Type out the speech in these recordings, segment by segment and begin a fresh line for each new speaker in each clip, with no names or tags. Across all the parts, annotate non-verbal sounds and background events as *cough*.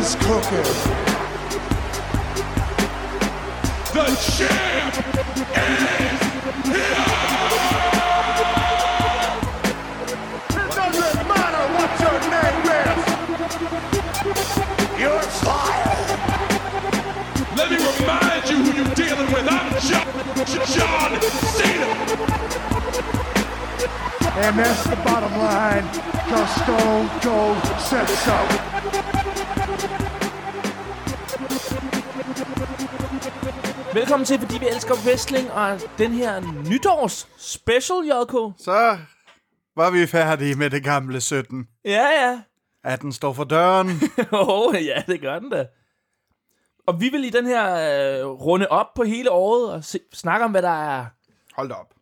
is cooking. The champ is here. It doesn't matter what your name is. You're fired.
Let me remind you who you're dealing with. I'm John, John Cena.
And that's the bottom line, because Stone Cold said so.
Velkommen til, fordi vi elsker wrestling, og den her nytårs special, JK.
Så var vi færdige med det gamle 17.
Ja, ja.
At den står for døren.
*laughs* Åh, oh, ja, det gør den da. Og vi vil i den her øh, runde op på hele året og se, snakke om, hvad der er
Hold da op.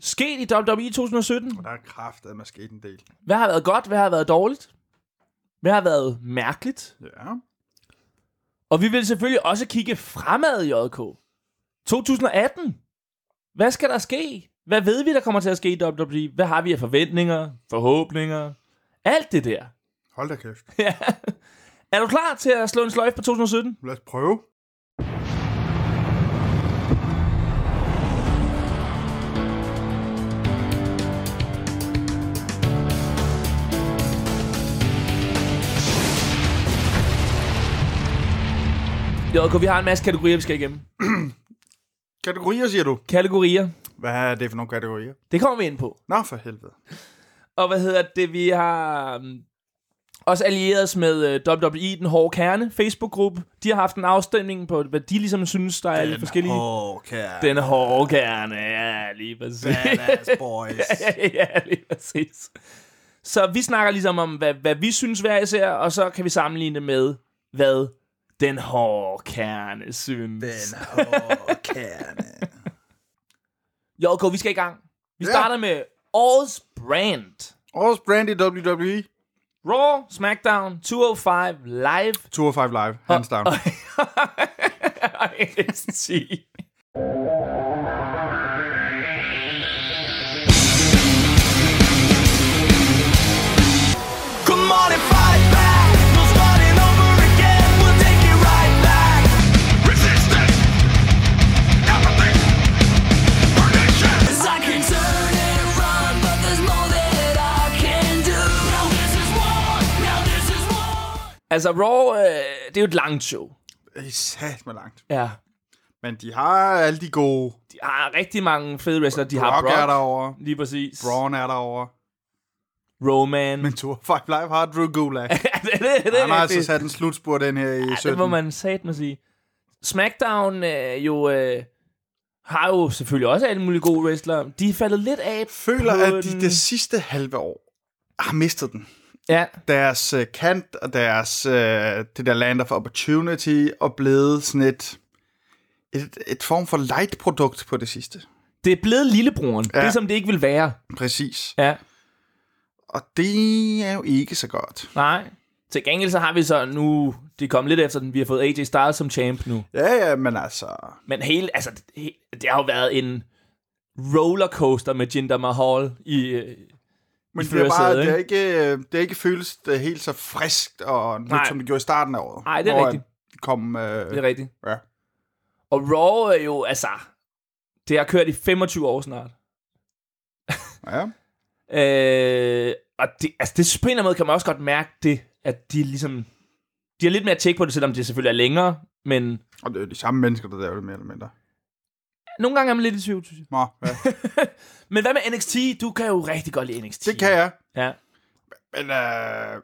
sket i E WWE 2017.
Og der er kraftet med sket en del.
Hvad har været godt, hvad har været dårligt? Hvad har været mærkeligt?
Ja.
Og vi vil selvfølgelig også kigge fremad, JK. 2018. Hvad skal der ske? Hvad ved vi, der kommer til at ske i WWE? Hvad har vi af forventninger, forhåbninger? Alt det der. *laughs*
Hold da kæft.
Ja. Er du klar til at slå en sløjf på 2017?
Lad os prøve.
JK, vi har en masse kategorier, vi skal igennem.
Kategorier, siger du?
Kategorier.
Hvad er det for nogle kategorier?
Det kommer vi ind på.
Nå, for helvede.
Og hvad hedder det? Vi har øhm, også allieret os med øh, WWE, den hårde kerne, Facebook-gruppe. De har haft en afstemning på, hvad de ligesom synes, der er lidt forskellige.
Hårdkær.
Den hårde kerne, ja, lige præcis. *laughs*
Badass boys.
ja, ja, lige præcis. Så vi snakker ligesom om, hvad, hvad vi synes hver især, og så kan vi sammenligne det med, hvad den hårde kerne synes.
Den
*laughs*
hårde kerne.
JK, vi skal i gang. Vi
Ja.
starter med årets brand.
Årets brand i E, WWE.
Raw, SmackDown, 205, Live.
205 Live. Hands
*laughs*
down.
og NXT.
Come on and fight back. No starting over again. We'll take it right back.
Resistance! Apathy! Perdition!
'Cause I can turn and run, but there's more that I can do. Now this is war. Now this is war.
Altså, Raw, øh, det er jo et langt show.
Det er sat med langt.
Ja.
Men de har alle de gode.
De har rigtig mange fede wrestlere. De har
Brock,
Brock,
er derovre.
lige præcis.
Braun er derovre.
Roman.
Men 205 Live har Drew Gulak.
*laughs* ja, det, det, det,
Han har
er
altså
rigtigt.
sat en slutspurt den her i
Ja,
17.
det må man satme sige. SmackDown øh, jo, øh, har jo selvfølgelig også alle mulige gode wrestlere. De er faldet lidt af
Føler,
på
at de
den-
det sidste halve år har mistet den.
Ja,
Deres øh, kant og deres, øh, det der land of opportunity og blevet sådan et, et, et form for light produkt på det sidste.
det er blevet lillebroren. Ja.
Ja.
Det, som det ikke vil være.
Præcis.
Ja,
Og det er jo ikke så godt.
nej. Til gengæld så har vi så nu, det er kommet lidt efter den, vi har fået AJ Styles som champ nu.
Ja, ja, men altså...
Men hele, altså, det, he- det har jo været en rollercoaster med Jinder Mahal i... øh,
Men det er, bare,
førersædet,
det, er ikke, øh, det er ikke føles det helt så friskt, og nu,
Nej.
som det gjorde i starten af året.
Nej, det er
hvor
rigtigt.
det Kom, øh, det
Det er rigtigt.
Ja.
Og Raw er jo, altså... Det har kørt i 25 år snart.
Ja.
Øh, og det, altså det, på en eller anden måde kan man også godt mærke det, at de ligesom... De har lidt mere tjek på det, selvom det selvfølgelig er længere, men
Og det er jo de samme mennesker, der laver det mere eller mindre.
nogle gange er man lidt i tvivl, synes jeg.
Nå, ja.
Men hvad med NXT? Du kan jo rigtig godt lide NXT.
Det kan jeg.
Ja.
Men øh,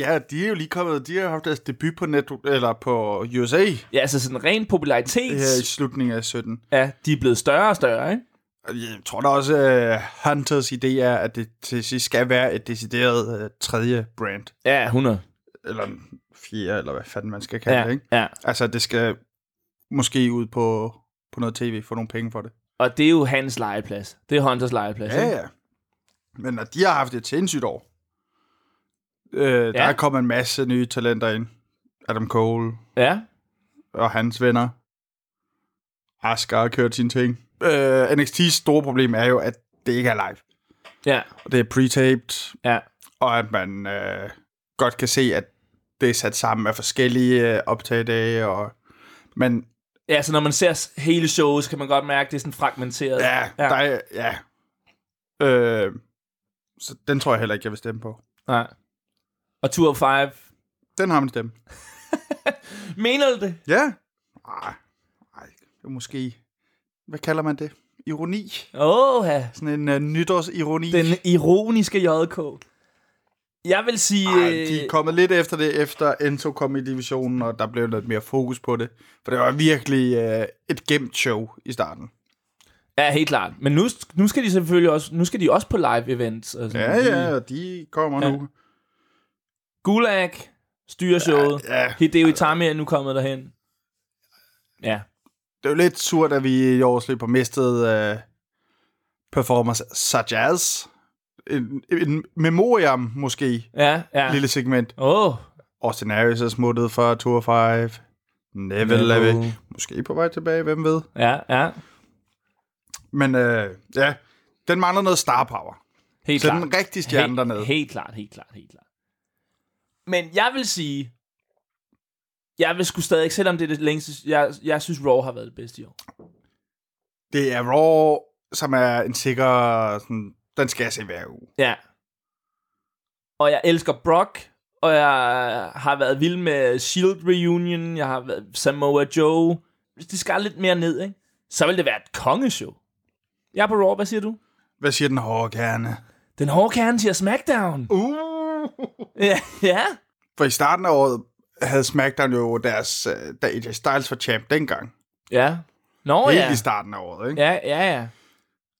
ja, de er jo lige kommet, de har haft deres debut på, net, eller på USA
Ja, altså sådan ren popularitet.
her øh, i slutningen af 17.
Ja, de er blevet større og større, ikke?
Og Jeg tror da også, øh, Hunters idé er, at det til sidst skal være et decideret øh, tredje brand.
Ja, 100.
Eller en fjerde, eller hvad fanden man skal kalde
Ja,
det, ikke?
ja.
Altså, det skal måske ud på, på noget tv, få nogle penge for det.
Og det er jo hans legeplads. Det er Hunters legeplads,
Ja,
ikke?
ja. Men når de har haft et sindssygt år, øh, der
Ja.
er kommet en masse nye talenter ind. Adam Cole
ja.
og hans venner. Asger har kørt sine ting. Øh, NXT's store problem er jo, at det ikke er live.
Ja,
Og det er pre-taped,
ja.
og at man øh, godt kan se, at det er sat sammen af forskellige øh, optagedage. Og, men
Ja, så når man ser s- hele showet, så kan man godt mærke, at det er sådan fragmenteret.
ja, ja. der er... Ja. Øh, så den tror jeg heller ikke, jeg vil stemme på.
Nej. Og Tour of Five.
Den har man stemme.
Mener du det?
Ja. Ej, ej, det er måske... Hvad kalder man det? Ironi.
Åh, ja.
Sådan en uh, nytårsironi.
Den ironiske JK. Jeg vil sige...
Ej, de er
øh,
kommet lidt efter det, efter Enzo kom i divisionen, og der blev lidt mere fokus på det. For det var virkelig øh, et gemt show i starten.
Mhm. Ja, helt klart. Men nu, nu skal de selvfølgelig også, nu skal de også på live events. Altså,
Ja, ja, og de kommer
Ja.
ja. nu.
Gulag styrer showet. Ja,
Ja,
ja.
ja.
Hideo Itami er nu kommet derhen. Ja.
Det er jo lidt surt, at vi i år slipper mistet øh, performers such as. En, en memoriam måske,
Ja, ja.
ja. lille segment.
Åh, oh,
Austin Harris er smuttet fra Tour 5. Neville er
Neville.
vi måske på vej tilbage, hvem ved.
ja, ja.
Men øh, ja, den mangler noget star power.
Helt
Så
klart.
den rigtige stjerne
helt,
dernede.
Helt klart, helt klart, helt klart. Men jeg vil sige, jeg vil sgu stadig, selvom det er det længste, jeg, jeg synes Raw har været det bedste i år.
Det er Raw, som er en sikker... Sådan, den skal jeg se hver uge.
Ja. Og jeg elsker Brock, og jeg har været vild med Shield E Reunion, jeg har været Samoa Joe. Hvis de skal lidt mere ned, ikke? så vil det være et kongeshow. Jeg er på Raw, hvad siger du?
Hvad siger den hårde kerne?
Den hårde kerne siger SmackDown.
Uh!
Ja, ja.
For i starten af året havde SmackDown jo deres... øh, Da AJ Styles var champ dengang.
Ja. Nå
Oh, Helt
ja.
i starten af året, ikke?
Ja, ja, ja.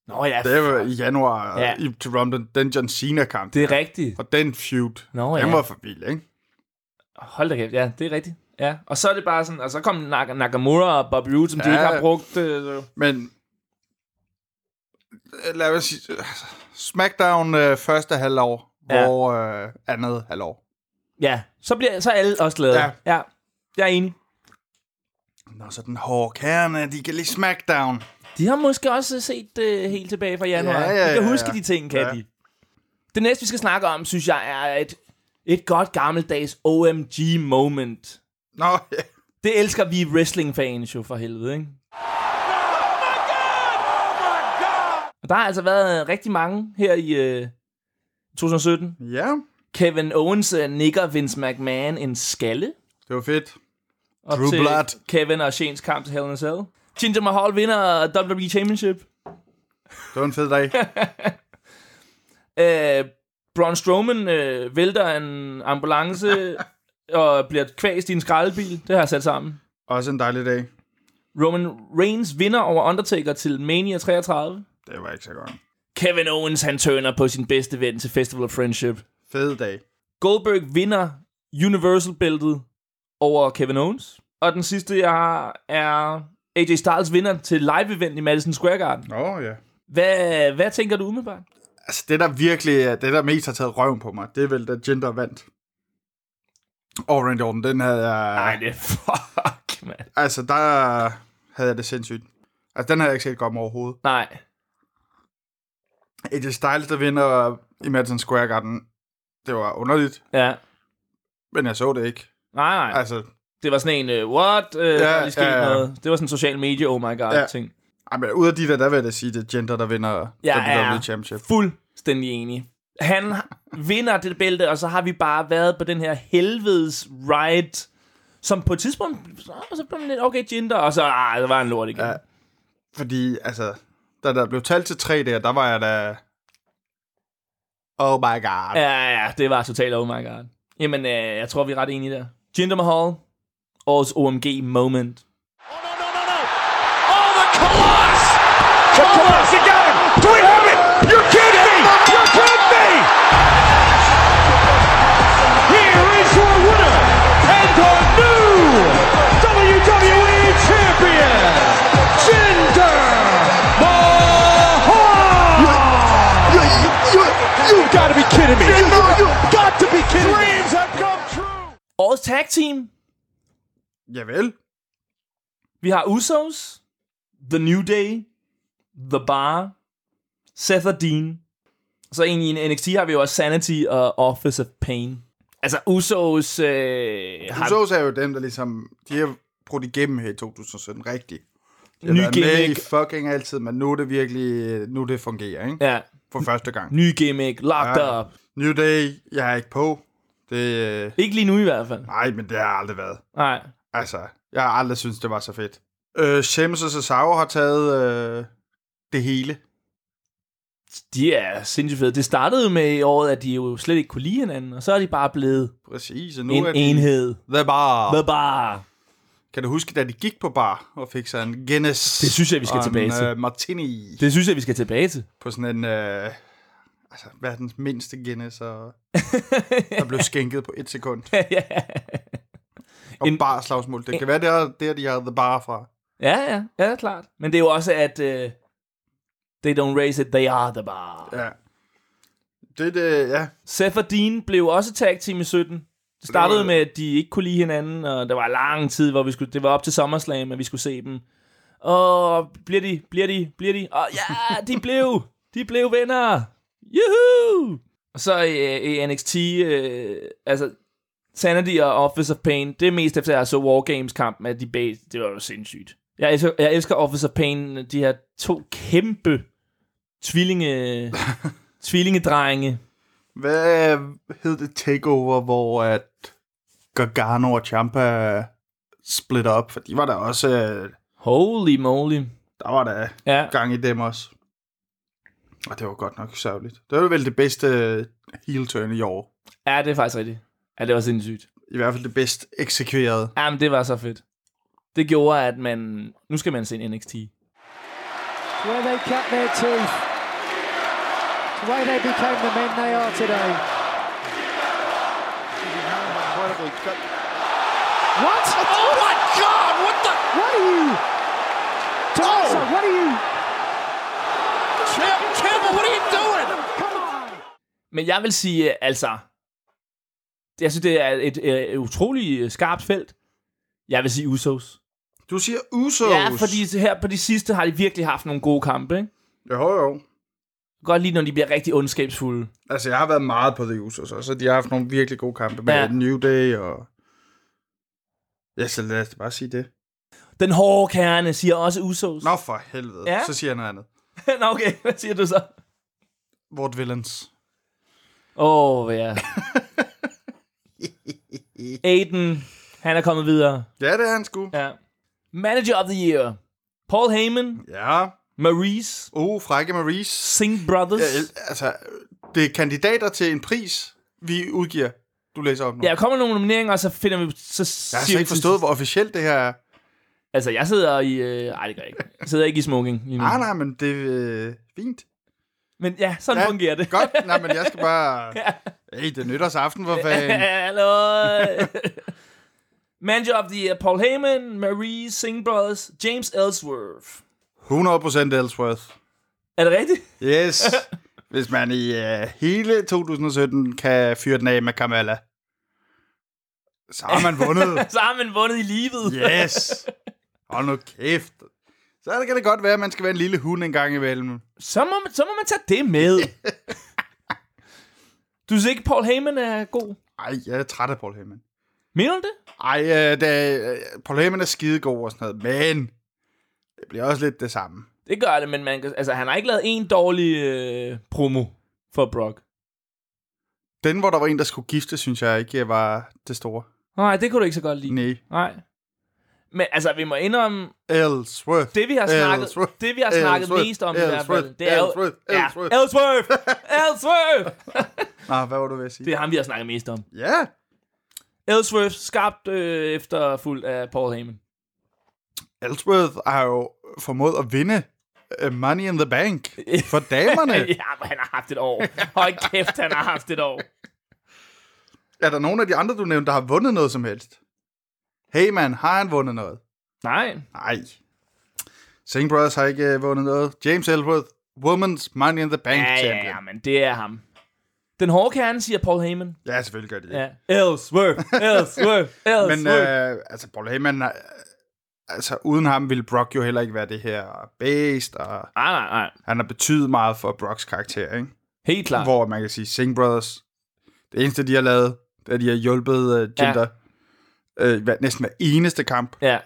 Nå ja,
Det var i januar
Ja.
ja. i, til Rumble, den John Cena-kamp.
det er rigtigt.
Og den feud,
Nå,
den
ja.
var for vild, ikke?
Hold da kæft, ja, det er rigtigt. Ja. Og så er det bare sådan, og så kom Nak- Nakamura og Bobby Roode, som ja. de
Ja.
ikke har brugt. Øh,
Men lad os sige, altså, SmackDown øh, første halvår,
Ja.
ja. hvor øh, andet halvår.
ja, så, bliver, så er alle også glade.
Ja.
ja. Jeg er enig.
Nå, så den hårde kerne, de kan lige SmackDown.
De har måske også set øh, helt tilbage fra januar.
Ja, ja,
de kan
ja,
huske
ja.
de ting, kan
Ja.
de. Det næste, vi skal snakke om, synes jeg, er et, et godt gammeldags OMG-moment.
Nå, ja.
Det elsker vi wrestling-fans jo for helvede, ikke? Og Der har altså været øh, rigtig mange her i øh, 2017.
ja,
Kevin Owens øh, nikker Vince McMahon en skalle.
det var fedt.
Op
Drew
til
Blood.
Kevin og Shanes kamp til Hell in a Cell. Jinder Mahal vinder WWE Championship.
Det var en fed *laughs* dag.
Øh, Braun Strowman øh, vælter en
*laughs*
ambulance og bliver kvæst i en skraldebil. Det har jeg sat sammen.
Også en dejlig dag.
Roman Reigns vinder over Undertaker til Mania 33.
Det var ikke så godt.
Kevin Owens, han tøner på sin bedste ven til Festival of Friendship.
Fed dag.
Goldberg vinder Universal-bæltet over Kevin Owens. Og den sidste, jeg har, er AJ Styles vinder til live-event i Madison Square Garden.
Nå, ja.
Hvad, hvad tænker du umiddelbart?
Altså, det der virkelig, er- det der mest har taget røven på mig, det er vel, da Jinder vandt. Og Randy Orton, den havde jeg...
Nej, det er *laughs* fuck, mand.
Altså, der havde jeg det sindssygt. Altså, den havde jeg ikke set komme overhovedet.
Nej.
AJ Styles, der vinder i Madison Square Garden, det var underligt,
Ja.
men jeg så det ikke.
Nej, nej.
Altså,
Det var sådan en, uh, what? Uh, ja, der er lige sket
ja, ja.
noget. Det var sådan en social media, oh my god, ja.
Ja.
ting.
ej, men ud af de der, der vil jeg da sige, det er Gender, der vinder
Jeg
WWE
er
Championship.
fuldstændig enig. Han vinder det bælte, og så har vi bare været på den her helvedes ride, som på et tidspunkt, så- så blev man lidt, okay, Jinder, og så, ah, det var en lort igen. Ja.
Ja. Fordi, altså, da der blev talt til tre der, der var jeg da... Oh my god. Ja.
ja, ja, det var totalt oh my god. Jamen, øh, jeg tror, vi er ret enige der. Jinder Mahal, årets OMG moment.
Here is your winner and the new WWE Champion, Jinder Mahal! You, have got to be kidding me! You, have got to be kidding me! Dreams have come true!
Årets tag team,
Javel.
Vi har Usos, The New Day, The Bar, Seth og Dean. Så egentlig i NXT har vi jo også Sanity og Office of Pain. Altså, Usos... Øh, har
Usos er jo dem, der ligesom, de har brugt igennem her i 2017, rigtigt. De har
Ny
været med i
gimmick.
fucking altid, men nu er det virkelig, nu det fungerer, ikke?
Ja,
For første gang.
ny gimmick, locked
Ja.
up.
New Day, jeg er ikke på. Det, øh,
Ikke lige nu i hvert fald.
nej, men det har aldrig været.
Nej.
Altså, jeg har aldrig syntes, det var så fedt. Øh, Sheamus og Cesaro har taget øh, det hele.
De er sindssygt fede. Det startede jo med i året, at de jo slet ikke kunne lide hinanden, og så er de bare blevet
Præcis, og nu
nu en
er de...
enhed.
The Bar.
Hvad bare...
Kan du huske, da de gik på bar og fik sig en Guinness?
Det synes jeg, vi skal
og
tilbage
en,
til.
øh, martini det...
Det synes jeg, vi skal tilbage til. *laughs*
på sådan en... Øh, altså, verdens mindste Guinness,
*laughs*
og der blev skænket på et sekund. Og en...
En-
bar slagsmål. Det kan være, det er der, de har The Bar fra.
ja, ja, ja, klart. Men det er jo også, at øh, they don't raise it, they are the bar. Ja.
Ja. Det er det, ja.
Seth og Dean blev også tag team i 17. Det startede
var-
med, at de ikke kunne lide hinanden, og der var lang tid, hvor vi skulle, det var op til SummerSlam, at vi skulle se dem. Og bliver de, bliver de, bliver de, og ja, de blev, de blev venner. Juhu! Og så øh, i NXT, øh, altså Sanity og Office of Pain, det er mest efter, jeg så War Games kampen, at de bag, det var jo sindssygt. Jeg elsker, jeg elsker Office of Pain, de her to kæmpe tvillinge, tvillingedrenge,
Hvad hed det takeover, hvor at Gargano og Champa splitter op? For de var der også... øh,
Holy moly.
Der var der
Ja,
gang i dem også. Og det var godt nok sørgeligt. Det var vel det bedste øh, heel turn i år.
ja det er faktisk rigtigt. Ja, det var sindssygt.
I hvert fald det bedst eksekverede.
Jamen, det var så fedt. Det gjorde, at man... Nu skal man se en NXT.
Oh
Where they cut their teeth. The way they became the men they are today. What?
Oh my god, what the?
What are you? Tommaso, what are you?
Kim, Campbell, what are you doing?
Come on!
Men jeg vil sige, altså... Jeg synes, det er et, et, et utroligt øh, skarpt felt. Jeg vil sige Usos.
Du siger Usos.
Ja, fordi her på de sidste har de virkelig haft nogle gode kampe, ikke?
Jo, jo.
Godt lige, når de bliver rigtig ondskabsfulde.
Altså, jeg har været meget på The Usos også. og De har haft nogle virkelig gode kampe med
Ja.
ja. New Day og... Ja, så lad os bare sige det.
Den hårde kerne siger også Usos.
Nå, for helvede.
Ja.
Ja. Så siger jeg noget andet.
*laughs* Nå okay. Hvad siger du så?
Vort Villains.
Åh, oh, ja. Aiden, han er kommet videre.
Ja, det er han sgu. Ja.
Ja. Manager of the Year. Paul Heyman,
ja.
Maurice,
Oh, Frække Maurice.
Singh Brothers.
Ja, el- altså, det er kandidater til en pris, vi udgiver. Du læser op nu.
Ja, der kommer nogle nomineringer, og så finder vi... Så
Jeg har slet ikke forstået, hvor officielt det her er.
Altså, jeg sidder i... Øh, ej, det gør jeg ikke. Jeg sidder ikke i smoking lige nu.
Ah, Nej, nej, men det er øh, fint.
Men ja, sådan
Ja,
fungerer det. *laughs*
Godt, nej, men jeg skal bare... Hey, det er nytårsaften, for
*laughs*
fanden.
Hallo. Manager of the Year, Paul Heyman, Maurice, Singh Brothers, James Ellsworth.
100% Ellsworth.
Er det rigtigt?
Yes. Hvis man i øh, hele 2017 kan fyre den af med Kamala, så har man vundet.
Så har man vundet i livet.
*laughs* Yes. Hold nu kæft. Så kan det godt være, at man skal være en lille hund en gang imellem.
Så, må man, så må man tage det *laughs* med. du synes ikke, Paul Heyman er god?
Ej, jeg er træt af Paul Heyman.
Mener du det?
Ej, øh, det, øh, Paul Heyman er skidegod og sådan noget, men det bliver også lidt det samme.
Det gør det, men man, kan- altså, han har ikke lavet en dårlig øh, promo for Brock.
Den, hvor der var en, der skulle gifte, synes jeg ikke øh, var det store.
Nej, det kunne du ikke så godt lide.
Nej.
Nej. Men altså, vi må indrømme,
Ellsworth.
det vi har snakket,
Ellsworth.
det, vi har snakket
Ellsworth.
mest om i hvert fald,
Ellsworth.
det er jo...
Ellsworth.
Ja,
Ellsworth.
Ellsworth! Ellsworth!
Nå, hvad var du ved at sige?
Det er ham, vi har snakket mest om.
Ja.
Ellsworth, skarpt øh, efterfuldt af Paul Heyman.
Ellsworth har jo formået at vinde øh, Money in the Bank
*laughs*
for damerne.
ja, men han har haft et år. Høj kæft, han har haft et år.
Er der nogen af de andre, du nævnte, der har vundet noget som helst? Hey man, har han vundet noget?
Nej.
Nej. Singh Brothers har ikke øh, vundet noget. James Ellsworth, Women's Money in the Bank
Ja, ja,
champion.
ja, men det er ham. Den hårde kerne, siger Paul Heyman.
Ja, selvfølgelig gør de det. Ja,
Ja. Ellsworth, *laughs* Ellsworth, Ellsworth.
Men øh, altså, Paul Heyman, øh, altså uden ham ville Brock jo heller ikke være det her based, og
Nej, nej, nej.
han har betydet meget for Brocks karakter, ikke?
Helt klart.
Hvor man kan sige, Sing Brothers, det eneste, de har lavet, da de har hjulpet uh, Jinder ja. uh, næsten hver eneste kamp.
Ja.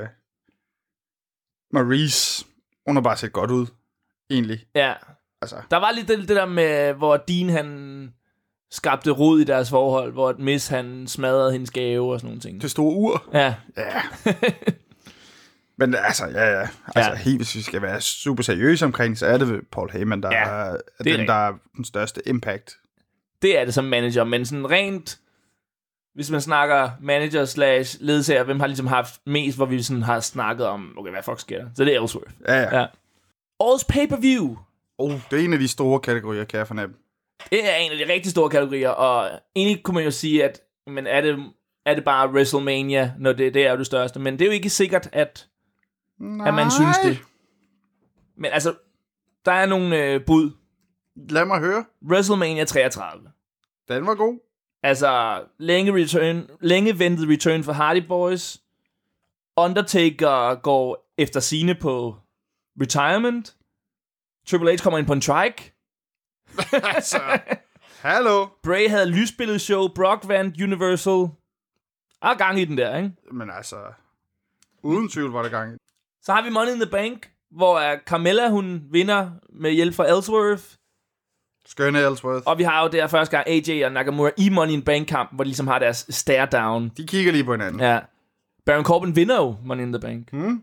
Uh, Maurice, hun har bare set godt ud, egentlig.
Ja.
Altså,
Der var lidt det, det der med, hvor Dean han skabte rod i deres forhold, hvor at Miss han smadrede hendes gave og sådan nogle ting.
det store ur.
Ja, *laughs*
Ja. Men altså, ja, ja. Altså,
Ja.
ja. Helt, hvis vi skal være super seriøse omkring, så er det vel Paul Heyman, der
Ja,
ja, er, er
det er
den, der er den største impact.
det er det som manager, men sådan rent, hvis man snakker manager slash ledsager, hvem har ligesom haft mest, hvor vi sådan har snakket om, okay, hvad fuck sker der? Så det er Ellsworth.
Ja, ja.
Ja. Årets pay-per-view,
Oh, det er en af de store kategorier, kan jeg fornemme.
det er en af de rigtig store kategorier, og egentlig kunne man jo sige, at men er, det, er det bare WrestleMania, når det, det er jo det største, men det er jo ikke sikkert, at
Nej.
at man synes det. Men altså, der er nogle øh, bud.
Lad mig høre.
WrestleMania 33.
Den var god.
Altså, længe, return, længe ventet return for Hardy Boys. Undertaker går efter sine på retirement. Triple H kommer ind på en trike.
Altså, hallo.
Bray havde lysbilledet show. Brock vandt Universal. Der er gang i den der, ikke?
Men altså, uden tvivl var der gang i.
Så har vi Money in the Bank, hvor øh, Carmella, hun vinder med hjælp fra Ellsworth.
Skønne Ellsworth.
Og vi har jo der første gang AJ og Nakamura i Money in Bank kamp, hvor de ligesom har deres stare down.
De kigger lige på hinanden. Ja.
Ja. Baron Corbin vinder jo Money in the Bank. Hmm.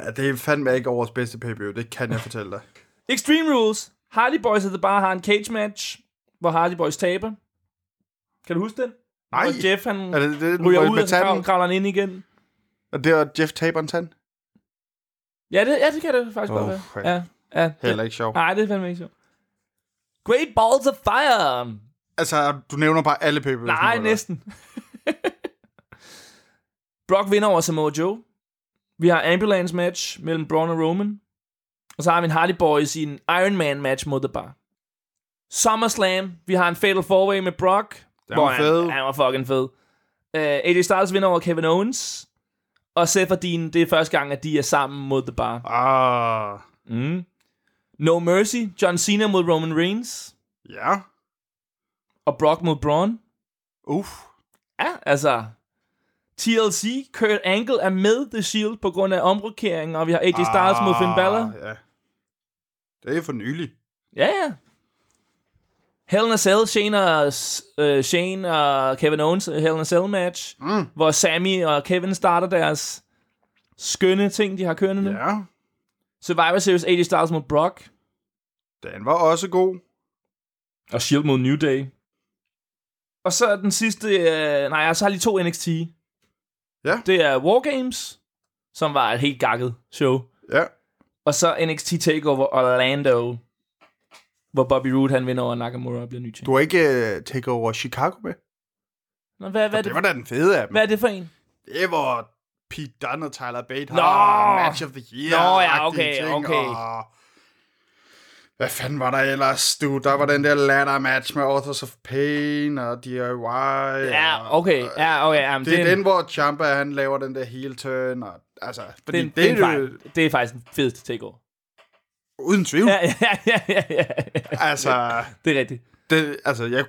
ja det er fandme ikke årets bedste pay det kan jeg fortælle dig.
Extreme Rules. Hardy Boys at the Bar har en cage match, hvor Hardy Boys taber. Kan du huske den?
Nej.
Hvor Jeff han
Er det det,
ryger
med-
ud,
med
og så krav-
tanden?
kravler han ind igen.
Og det var Jeff Tabern tand?
Ja, det, ja, det kan det faktisk
Åh,
godt være.
fuck.
Ja, ja.
Heller ikke sjov.
Nej, det er fandme ikke sjovt. Great Balls of Fire.
Altså, du nævner bare alle pay
Nej, næsten. Brock vinder over Samoa Joe. Vi har ambulance match mellem Braun og Roman. Og så har vi en Hardy Boys i en Iron Man match mod The Bar. SummerSlam. Vi har en Fatal 4-Way med Brock.
Den
hvor
var fed.
Han, han var fucking fed. Uh, AJ Styles vinder over Kevin Owens. Og Seth og Dean, det er første gang, at de er sammen mod The Bar.
Ah,
Mm. No Mercy. John Cena mod Roman Reigns.
ja.
Og Brock mod Braun.
Uff.
Ja, altså... TLC, Kurt Angle er med The Shield på grund af omrokeringen, og vi har AJ Styles mod Finn Balor.
Ah, Ja. Det er for nylig.
Ja, ja. Hell in a Cell, Shane og, uh, Shane og Kevin Owens øh, Hell in a Cell match, mm. hvor Sammy og Kevin starter deres skønne ting, de har kørende nu.
Ja.
Survivor Series, AJ Styles mod Brock.
Den var også god.
Og Shield mod New Day. Og så er den sidste... Øh, nej, jeg så har lige to NXT.
Ja.
Det er Wargames, som var et helt gakket show.
Ja.
Og så NXT TakeOver Orlando, hvor Bobby Roode han vinder over Nakamura og bliver ny champ.
Du har ikke uh, taget over Chicago med?
Nå, hvad, hvad, er
Det,
det,
var da den fede af dem.
hvad er det for en?
Det var Pete Dunne og Tyler Bate
Nå!
har match of the year.
Nå, ja,
agtige
okay, okay.
Og... Hvad fanden var der ellers, du? Der var den der ladder match med Authors of Pain og DIY.
Ja, okay. Ja, okay. Jamen,
Det er den,
en-
hvor Champa han laver den der heel turn. Og, altså, fordi det,
det, er en- det, er en
er jo
fejl. det er faktisk den fedeste TakeOver. *laughs*
uden tvivl.
Ja, ja, ja, ja, ja.
Altså,
Det er rigtigt.
det, altså, jeg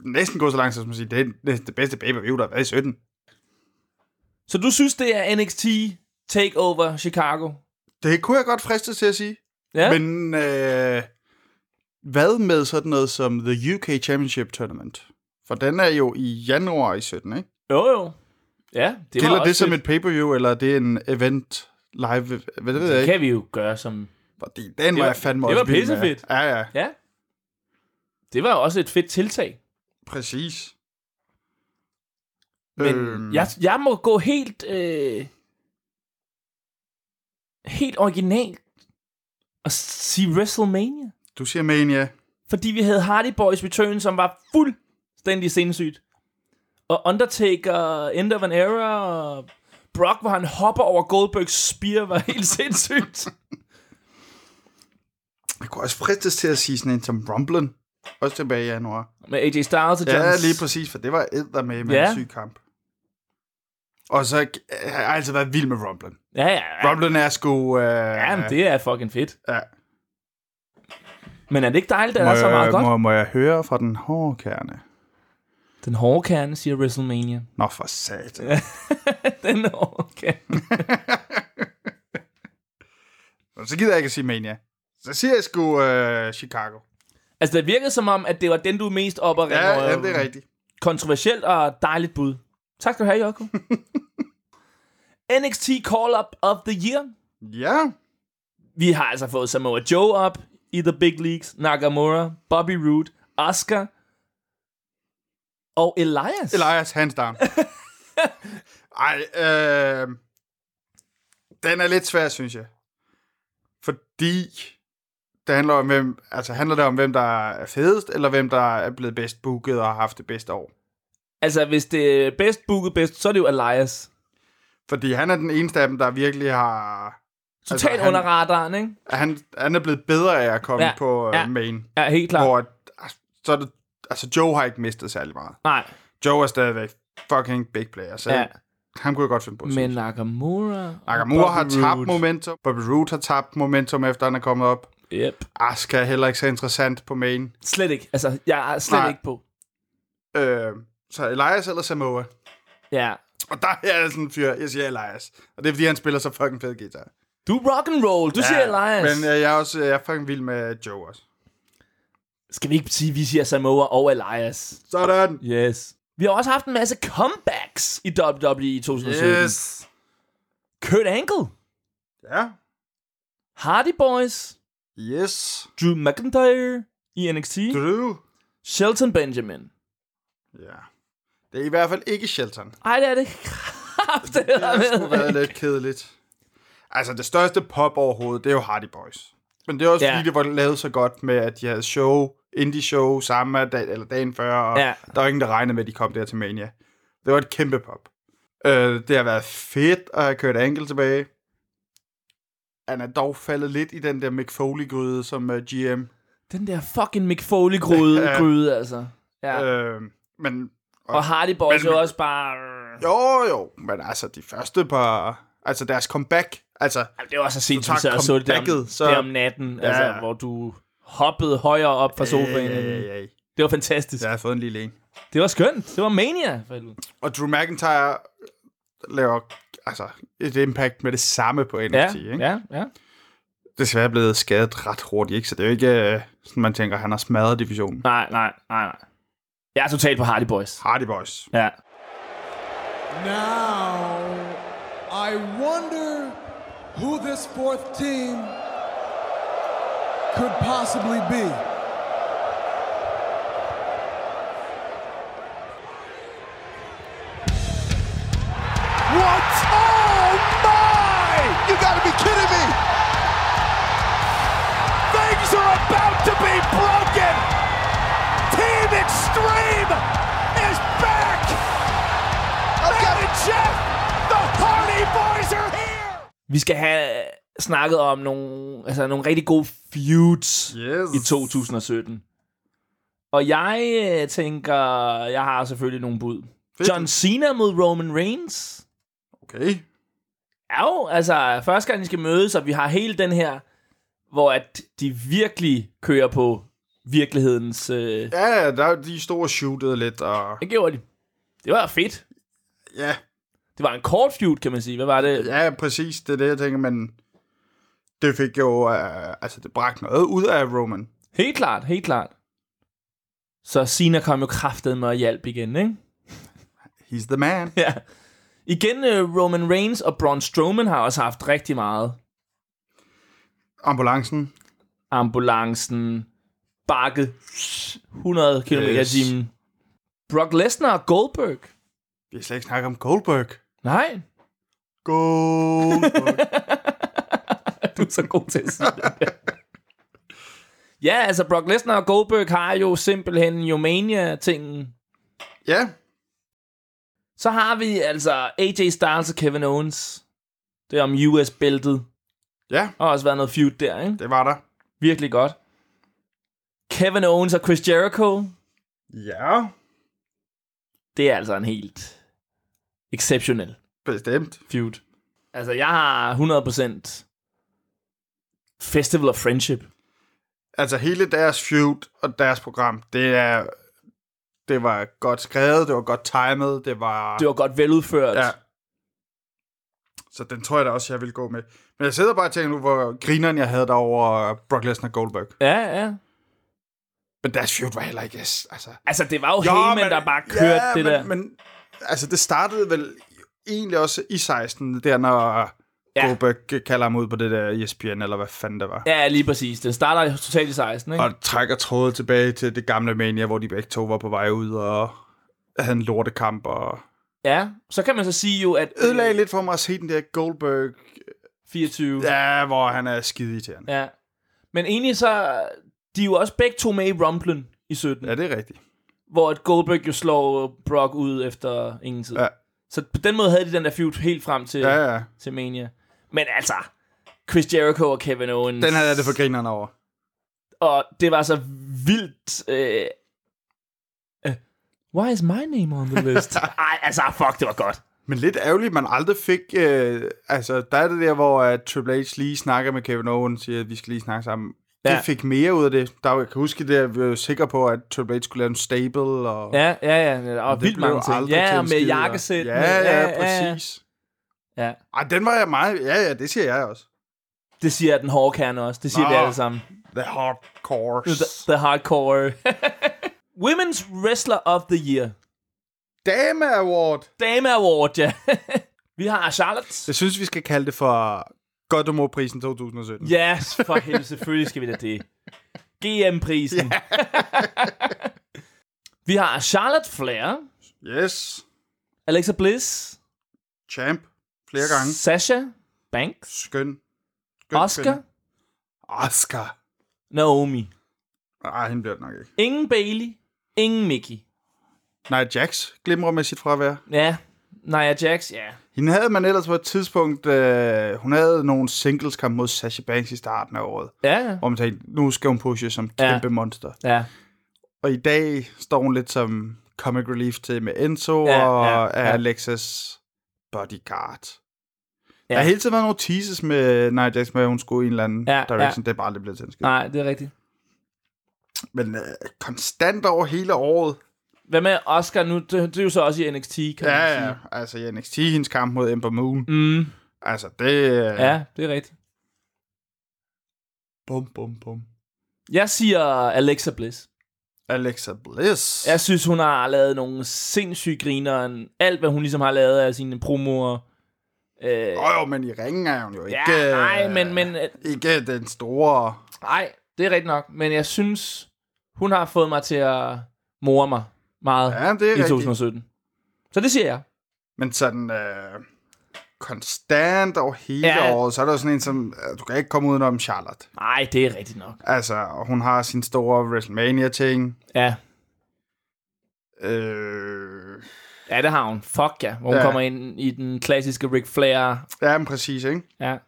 kunne næsten gå så langt, som at sige, det er næsten det bedste pay-per-view, der har været i 17.
Så du synes, det er NXT TakeOver Chicago?
Det kunne jeg godt friste til at sige.
Ja?
Men øh, hvad med sådan noget som The UK Championship Tournament? For den er jo i januar i 17, ikke?
Jo, jo. Ja, det var
Gælder
også
det som
fedt.
et pay-per-view, eller er det en event live? Hvad det ved jeg
Det
ikke.
kan vi jo gøre som...
Fordi den var
var-
jeg fandme
det var
også vild med.
pissefedt.
Ja, ja,
Ja. Det var jo også et fedt tiltag.
præcis.
Men
Øhm.
jeg, jeg må gå helt... Øh, helt originalt og sige WrestleMania.
Du siger Mania.
Fordi vi havde Hardy Boys Return, som var fuldstændig sindssygt. Og Undertaker, End of an Era, og Brock, hvor han hopper over Goldbergs spear, var helt *laughs* sindssygt.
Jeg kunne også fristes til at sige sådan en som Rumblen. Også tilbage i januar.
Med AJ Styles og
Ja,
Johns.
lige præcis, for det var æder med med
Ja.
en syg kamp. Og så jeg har jeg altid været vild med Rumblen.
Ja, ja, ja.
Rumblen er sgu... Øh, ja,
Jamen, det er fucking fedt.
Ja.
Men er det ikke dejligt, at
Må,
der er så meget
jeg,
godt?
må, må jeg høre fra den hårde kerne?
Den hårde kerne, siger WrestleMania. *laughs*
Nå, for satan.
Den hårde kerne.
Nå, Så gider jeg ikke at sige Mania. Så siger jeg sgu øh, Chicago.
Altså, det virkede som om, at det var den, du er mest op og
Ja, ja, det er rigtigt.
Kontroversielt og dejligt bud. Tak skal du
*laughs*
have, Jokko. NXT Call-Up of the Year.
Ja,
Vi har altså fået Samoa Joe op i The Big Leagues, Nakamura, Bobby Roode, Oscar og Elias.
Elias, hands
*laughs*
down. Ej, øh, den er lidt svær, synes jeg. Fordi det handler, om, hvem, altså handler det om, hvem der er fedest, eller hvem der er blevet bedst booket og har haft det bedste år.
Altså, hvis det er bedst booket bedst, så er det jo Elias.
Fordi han er den eneste af dem, der virkelig har...
Totalt altså,
han-
under radaren, ikke?
Han, han er blevet bedre af at komme
Ja,
ja, på
ja.
ja. main.
Ja, helt klart.
Hvor at, altså, så er det, altså, Joe har ikke mistet særlig meget.
Nej,
Joe er stadigvæk fucking big player, så
Ja.
ja. han kunne jeg godt finde på. at
men
sige.
Nakamura... og
Nakamura har
Bobby
tabt
Roode.
momentum. Bobby Roode har tabt momentum, efter han er kommet op.
Yep.
Asuka er heller ikke så interessant på main.
Slet ikke. Altså, jeg er slet Nej.
Nej.
ikke på.
Øh, så Elias eller Samoa.
Ja.
Og der er jeg sådan en fyr, jeg siger Elias. Og det er, fordi han spiller så fucking fed guitar.
Du er rock and roll. Du ja, siger Elias.
Men
Men, uh...
øh, jeg er også jeg er fucking vild med Joe også.
Skal vi ikke sige, at vi siger Samoa og Elias?
Sådan.
Yes. Vi har også haft en masse comebacks i WWE i 2017. Yes.
Yes.
Kurt Angle,
Ja.
Hardy Boys,
Yes.
Drew McIntyre i NXT,
Drew.
Shelton Benjamin.
Ja. Det er i hvert fald ikke Shelton.
Ej, det er det kraftigt.
Det har sgu været lidt kedeligt. Altså, det største pop overhovedet, det er jo Hardy Boys. Men det er også,
Ja.
ja. fordi det var lavet så godt med, at de havde show, indie-show samme dag, eller dagen før, og
Ja.
ja. der var ingen, der regnede med, at de kom der til Mania. Det var et kæmpe pop. Øh, det har været fedt at have kørt Angle tilbage. Han er dog faldet lidt i den der McFoley-gryde som uh, GM.
Den der fucking Mick Foley-gryde,
Ja.
gryde, altså. Ja.
Ja. Øh, men
Og Hardy Boys
Men-
er jo også bare...
jo, jo, men altså de første par... Altså deres comeback, altså
Jamen, det var så sindssygt,
tak,
så jeg
kom
så det der om,
backet,
så...
så-
der om natten, ja. altså,
Ja.
hvor du hoppede højere op fra sofaen.
Ja, ja, ja, ja.
Det var fantastisk.
Jeg
Ja.
har fået en lille en.
Det var skønt. Det var mania, for helvede.
Og Drew McIntyre laver altså, et impact med det samme på NXT.
Ja,
ikke?
ja, ja.
Desværre blevet skadet ret hurtigt, ikke? så det er jo ikke, øh, sådan man tænker, han har smadret divisionen.
Nej, nej, nej, nej. Jeg er totalt på Hardy Boys.
Hardy Boys.
Ja.
Now, I wonder who this fourth team could possibly be. What? Oh my! You gotta be kidding me! Things are about to be broken! Team Extreme is back! Matt and Jeff, the Hardy Boys are here!
Vi skal have øh, snakket om nogle, altså nogle rigtig gode feuds
Yes.
i 2017. Og jeg øh, tænker, jeg har selvfølgelig nogle bud.
Fedt.
John Cena mod Roman Reigns.
Okay.
Ja jo, altså første gang de skal mødes, og vi har hele den her, hvor at de virkelig kører på virkelighedens... Øh...
Ja, der er de store shootet lidt, og
Det gjorde de. Det var fedt.
ja,
Det var en kort feud, kan man sige. Hvad var det?
ja, præcis, det er det, jeg tænker, men det fik jo, øh, altså det bragte noget ud af Roman.
Helt klart, helt klart. Så Sina kom jo kraftet med og hjalp igen, ikke?
He's the man.
Ja. Igen øh, Roman Reigns og Braun Strowman har også haft rigtig meget.
Ambulancen.
Ambulancen, bakke 100 km
Yes.
yes. timen. Brock Lesnar og Goldberg.
Vi har slet ikke snakket om Goldberg.
Nej,
Goldberg.
*laughs* Du er så god til at sige det. ja, altså Brock Lesnar og Goldberg har jo simpelthen Jomania-tingen.
ja,
Så har vi altså AJ Styles og Kevin Owens. Det er om US-bæltet.
ja,
Og også været noget feud der, ikke?
det var der.
Virkelig godt. Kevin Owens og Chris Jericho.
Ja,
Det er altså en helt exceptionel
bestemt.
feud. Altså, jeg har 100% Festival of Friendship.
Altså hele deres feud og deres program, det er det var godt skrevet, det var godt timet, det var...
Det var godt veludført.
Ja. Så den tror jeg da også, jeg vil gå med. Men jeg sidder bare og tænker nu, hvor grineren jeg havde derover Brock Lesnar Goldberg.
ja, ja.
Men deres feud var heller ikke... yes, Altså,
Altså, det var jo, jo Heyman, der bare kørte
ja,
det
men,
der.
Men, altså, det startede vel egentlig også i 16, der når ja.
Ja.
Goldberg kalder ham ud på det der ESPN, eller hvad fanden det var.
Ja, lige præcis. Den starter totalt i 16, ikke?
Og trækker trådet tilbage til det gamle Mania, hvor de begge to var på vej ud og havde en lortekamp og
Ja, så kan man så sige jo, at øh,
ødelagde lidt for mig at se den der Goldberg,
24...
ja, hvor han er skide irriterende.
ja. Men egentlig så, de er jo også begge to med i Rumblen i 17,
Ja. ja, det er rigtigt.
hvor at Goldberg jo slår Brock ud efter ingen tid.
Ja.
Så på den måde havde de den der feud helt frem til,
Ja, ja.
til Mania. Men altså, Chris Jericho og Kevin Owens.
Den havde jeg det for grineren over.
Og det var så vildt... Øh, øh, why is my name on the
*laughs*
list? Ej, altså, fuck, det var godt.
Men lidt ærgerligt, man aldrig fik... Øh, altså, der er det der, hvor uh, Triple H lige snakker med Kevin Owens, siger, at vi skal lige snakke sammen. Ja.
Ja.
Det fik mere ud af det. Der, var- jeg kan huske det, at vi var jo sikre på, at Triple H skulle lave en stable. Og
Ja, ja, ja. Og
det
vildt
blev
mange ting.
aldrig til
Ja,
en
og med
skid, og-
jakkesæt.
Ja, ja, ja, præcis.
Ja. ja.
Ej, den var jeg meget... Ja, ja, det siger jeg også.
Det siger den hårde kerne også. Det siger
Nå.
vi alle sammen.
The hardcore.
The, the hardcore. Women's Wrestler of the Year.
Dame Award.
Dame Award, ja. *laughs* vi har Charlotte.
Jeg synes, vi skal kalde det for Goddomor-prisen 2017.
Ja, yes, for helvede, selvfølgelig skal vi da det. GM-prisen. *laughs* vi har Charlotte Flair,
Yes.
Alexa Bliss,
Champ. Flere gange.
Sasha Banks,
Skøn. Skøn
Oscar,
kvinde. Oscar.
Naomi.
Nej, hende bliver det nok ikke.
Ingen Bailey, ingen Mickey.
Nej, Jax glimrer med sit fravær.
Ja, Nia Jax, ja.
Hende havde man ellers på et tidspunkt... Øh, hun havde nogle singles kamp mod Sasha Banks i starten af året.
Ja, ja.
Hvor man tænkte, nu skal hun pushe som
Ja.
kæmpe monster.
Ja,
Og i dag står hun lidt som comic relief til med Enzo
Ja,
ja, og
ja,
ja,
ja.
ja. Alexas bodyguard. Ja.
Ja.
Der har hele tiden været nogle teases med Nia Jax, med at hun skulle i en eller anden
Ja,
ja, direction. Ja. Det er bare aldrig blevet til en skid.
nej, det er rigtigt.
Men øh, konstant over hele året.
Hvad med Oscar nu? Det, det er jo så også i NXT, kan man
Ja,
sige.
ja. Altså i NXT, hendes kamp mod Ember Moon.
Mm,
Altså det... øh,
ja, det er rigtigt.
Bum, bum, bum.
Jeg siger Alexa Bliss.
Alexa Bliss.
Jeg synes, hun har lavet nogle sindssyge grineren. Alt, hvad hun ligesom har lavet af sine promoer. Øh,
Åh, jo, men i ringen er hun jo ikke...
ja, nej,
øh,
men, men øh,
Ikke den store...
nej, det er rigtigt nok. Men jeg synes, hun har fået mig til at more mig meget
Ja, det er
i
rigtigt.
2017. Så det siger jeg.
Men sådan øh, konstant over hele
Ja.
ja. året, så er der jo sådan en som, øh, du kan ikke komme udenom Charlotte.
Nej, det er rigtigt nok.
Altså, og hun har sin store WrestleMania-ting.
Ja,
Øh,
ja det har hun. Fuck ja, hvor hun
Ja.
kommer ind i den klassiske Ric Flair.
ja, men præcis, ikke?
Ja.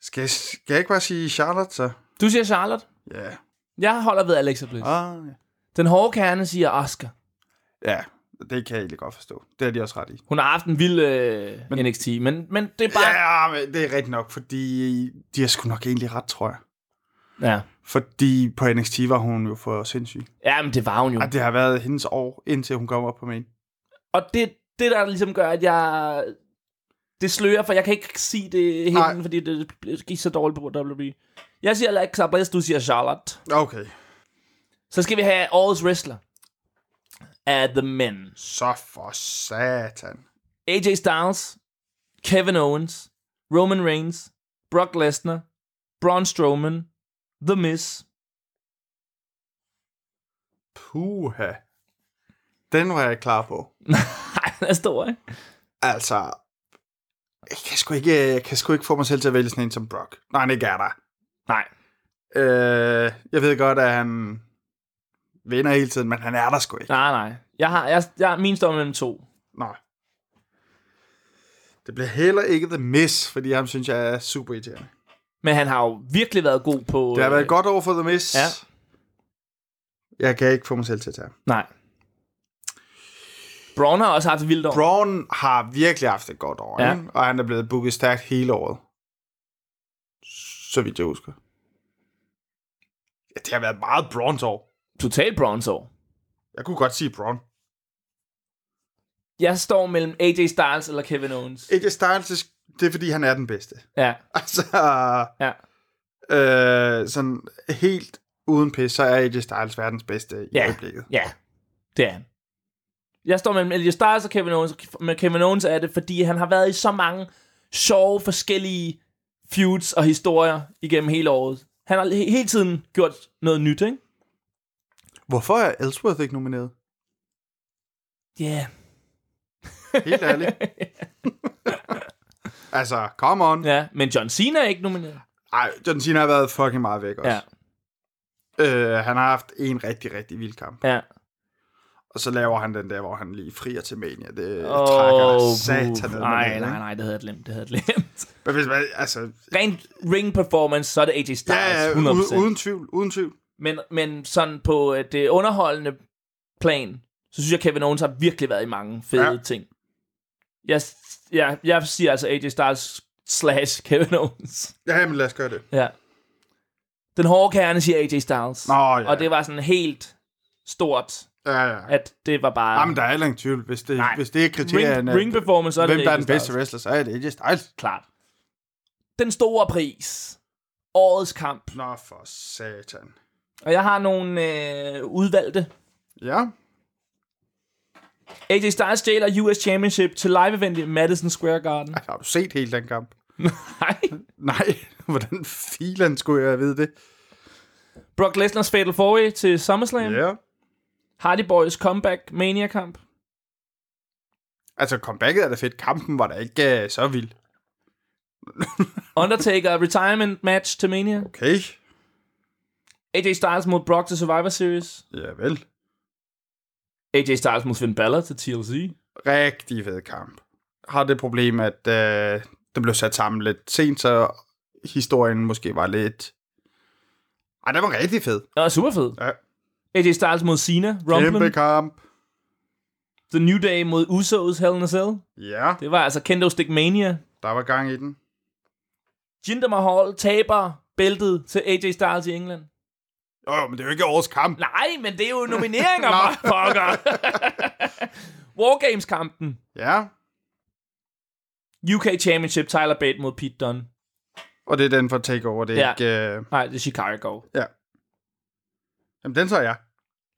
Skal jeg, skal jeg ikke bare sige Charlotte, så?
Du siger Charlotte.
Ja.
Jeg holder ved Alexa Bliss.
Ah, ja.
Den hårde kerne siger Oscar.
ja, det kan jeg egentlig godt forstå. Det er de også ret i.
Hun har haft en vild øh, men, NXT, men, men det er bare...
Ja, men det er rigtigt nok, fordi de har sgu nok egentlig ret, tror jeg.
Ja.
Fordi på NXT var hun jo for sindssyg.
ja, men det var hun jo.
Og det har været hendes år, indtil hun kom op på main.
Og det, det der ligesom gør, at jeg... Det slører, for jeg kan ikke sige det
Nej.
helt, fordi det det gik så dårligt på WWE. E. Jeg siger Alexa Bliss, du siger Charlotte.
Okay,
Så skal vi have årets wrestler. Af The Men.
så for satan.
AJ Styles, Kevin Owens, Roman Reigns, Brock Lesnar, Braun Strowman, The Miz. *laughs*
Puha. Den var jeg ikke klar på.
Nej, den er stor, ikke?
Altså, jeg kan sgu ikke, jeg kan sgu ikke få mig selv til at vælge sådan en som Brock. Nej, han ikke er der.
Nej.
Øh, jeg ved godt, at han vinder hele tiden, men han er der sgu ikke.
Nej, nej. Jeg har, jeg, jeg, min står mellem to.
Nej. Det bliver heller ikke The Miss, fordi ham synes jeg er super irriterende.
Men han har jo virkelig været god på...
Det har været
øh,
godt over for The Miss.
Ja.
Jeg kan ikke få mig selv til at tage ham.
Nej. Braun har også haft et vildt år.
Braun har virkelig haft et godt år,
Ja.
ja. og han er blevet booket stærkt hele året. Så vidt jeg husker. Ja, det har været meget Browns år.
Total Browns år.
Jeg kunne godt sige Braun.
Jeg står mellem AJ Styles eller Kevin Owens.
AJ Styles, det er fordi, han er den bedste. *laughs*
Ja,
Altså,
ja.
øh, sådan helt uden pis, så er AJ Styles verdens bedste i
Ja.
øjeblikket.
Ja, det er han. Jeg står mellem Elias Styles og Kevin Owens. Men Kevin Owens er det, fordi han har været i så mange sjove, forskellige feuds og historier igennem hele året. Han har he- hele tiden gjort noget nyt, ikke?
Hvorfor er Ellsworth ikke *laughs* nomineret?
Ja, yeah.
Helt ærligt. altså, come on.
*laughs* ja. Men John Cena er ikke nomineret.
Ej, John Cena har været fucking meget væk også.
Ja,
Øh, han har haft en rigtig, rigtig vild kamp.
ja.
Og så laver han den der, hvor han lige frier til Mania. Det oh,
Åh,
trækker
puh.
satan ned med
Nej,
det,
nej,
ikke?
nej, det havde jeg glemt. Det havde jeg glemt. *laughs*
Men hvis man, altså,
Rent ring performance, så er altså det AJ Styles,
ja, ja,
100%.
uden, uden tvivl, uden tvivl.
Men, men sådan på øh, det underholdende plan, så synes jeg, Kevin Owens har virkelig været i mange fede
Ja.
ja. ting. Jeg, jeg, jeg siger altså AJ Styles slash *laughs* Kevin Owens.
Ja, men lad os gøre det.
Ja. Den hårde kerne siger AJ Styles.
Nå, ja.
Og det var sådan helt stort,
Ja, ja.
at det var bare...
Jamen, der er heller ingen tvivl. Hvis det,
Nej.
hvis det er kriterierne,
ring, ring performance, så er
hvem
det
der er
AJ
den bedste
Styles.
wrestler, så er det AJ Styles.
Klart. Den store pris. Årets kamp.
Nå, for satan.
Og jeg har nogle øh, udvalgte
Ja,
AJ Styles stjæler US Championship til live-event i Madison Square
*laughs*
Garden.
har du set hele den kamp?
Nej.
Nej, *laughs* hvordan filen skulle jeg vide det?
Brock Lesnar's Fatal 4 til SummerSlam.
Ja.
Hardy Boys Comeback Mania-kamp.
Altså, comebacket er da fedt. Kampen var da ikke uh, så vild.
Undertaker Retirement Match til Mania.
Okay.
AJ Styles mod Brock til Survivor Series.
Ja, vel.
AJ Styles mod Finn Balor til TLC.
Rigtig fed kamp. Har det problem, at uh, den blev sat sammen lidt sent, så historien måske var lidt... Ej, den var rigtig fed.
Nå, super fed.
Ja.
AJ Styles mod Cena.
Kæmpe
Rumble.
kamp.
The New Day mod Usos Hell in a Cell.
Ja,
Det var altså Kendo Stick Mania.
der var gang i den.
Jinder Mahal taber bæltet til AJ Styles i England.
Jo, jo, men det er jo ikke årets kamp.
Nej, men det er jo nomineringer,
*laughs* Nå.
for *laughs* pokker. Wargames-kampen.
Ja,
UK Championship, Tyler Bate mod Pete Dunne.
og det er den for Takeover. Det er
Ja.
ja. ikke... Uh...
Nej, det er Chicago.
Ja. Jamen, den så jeg.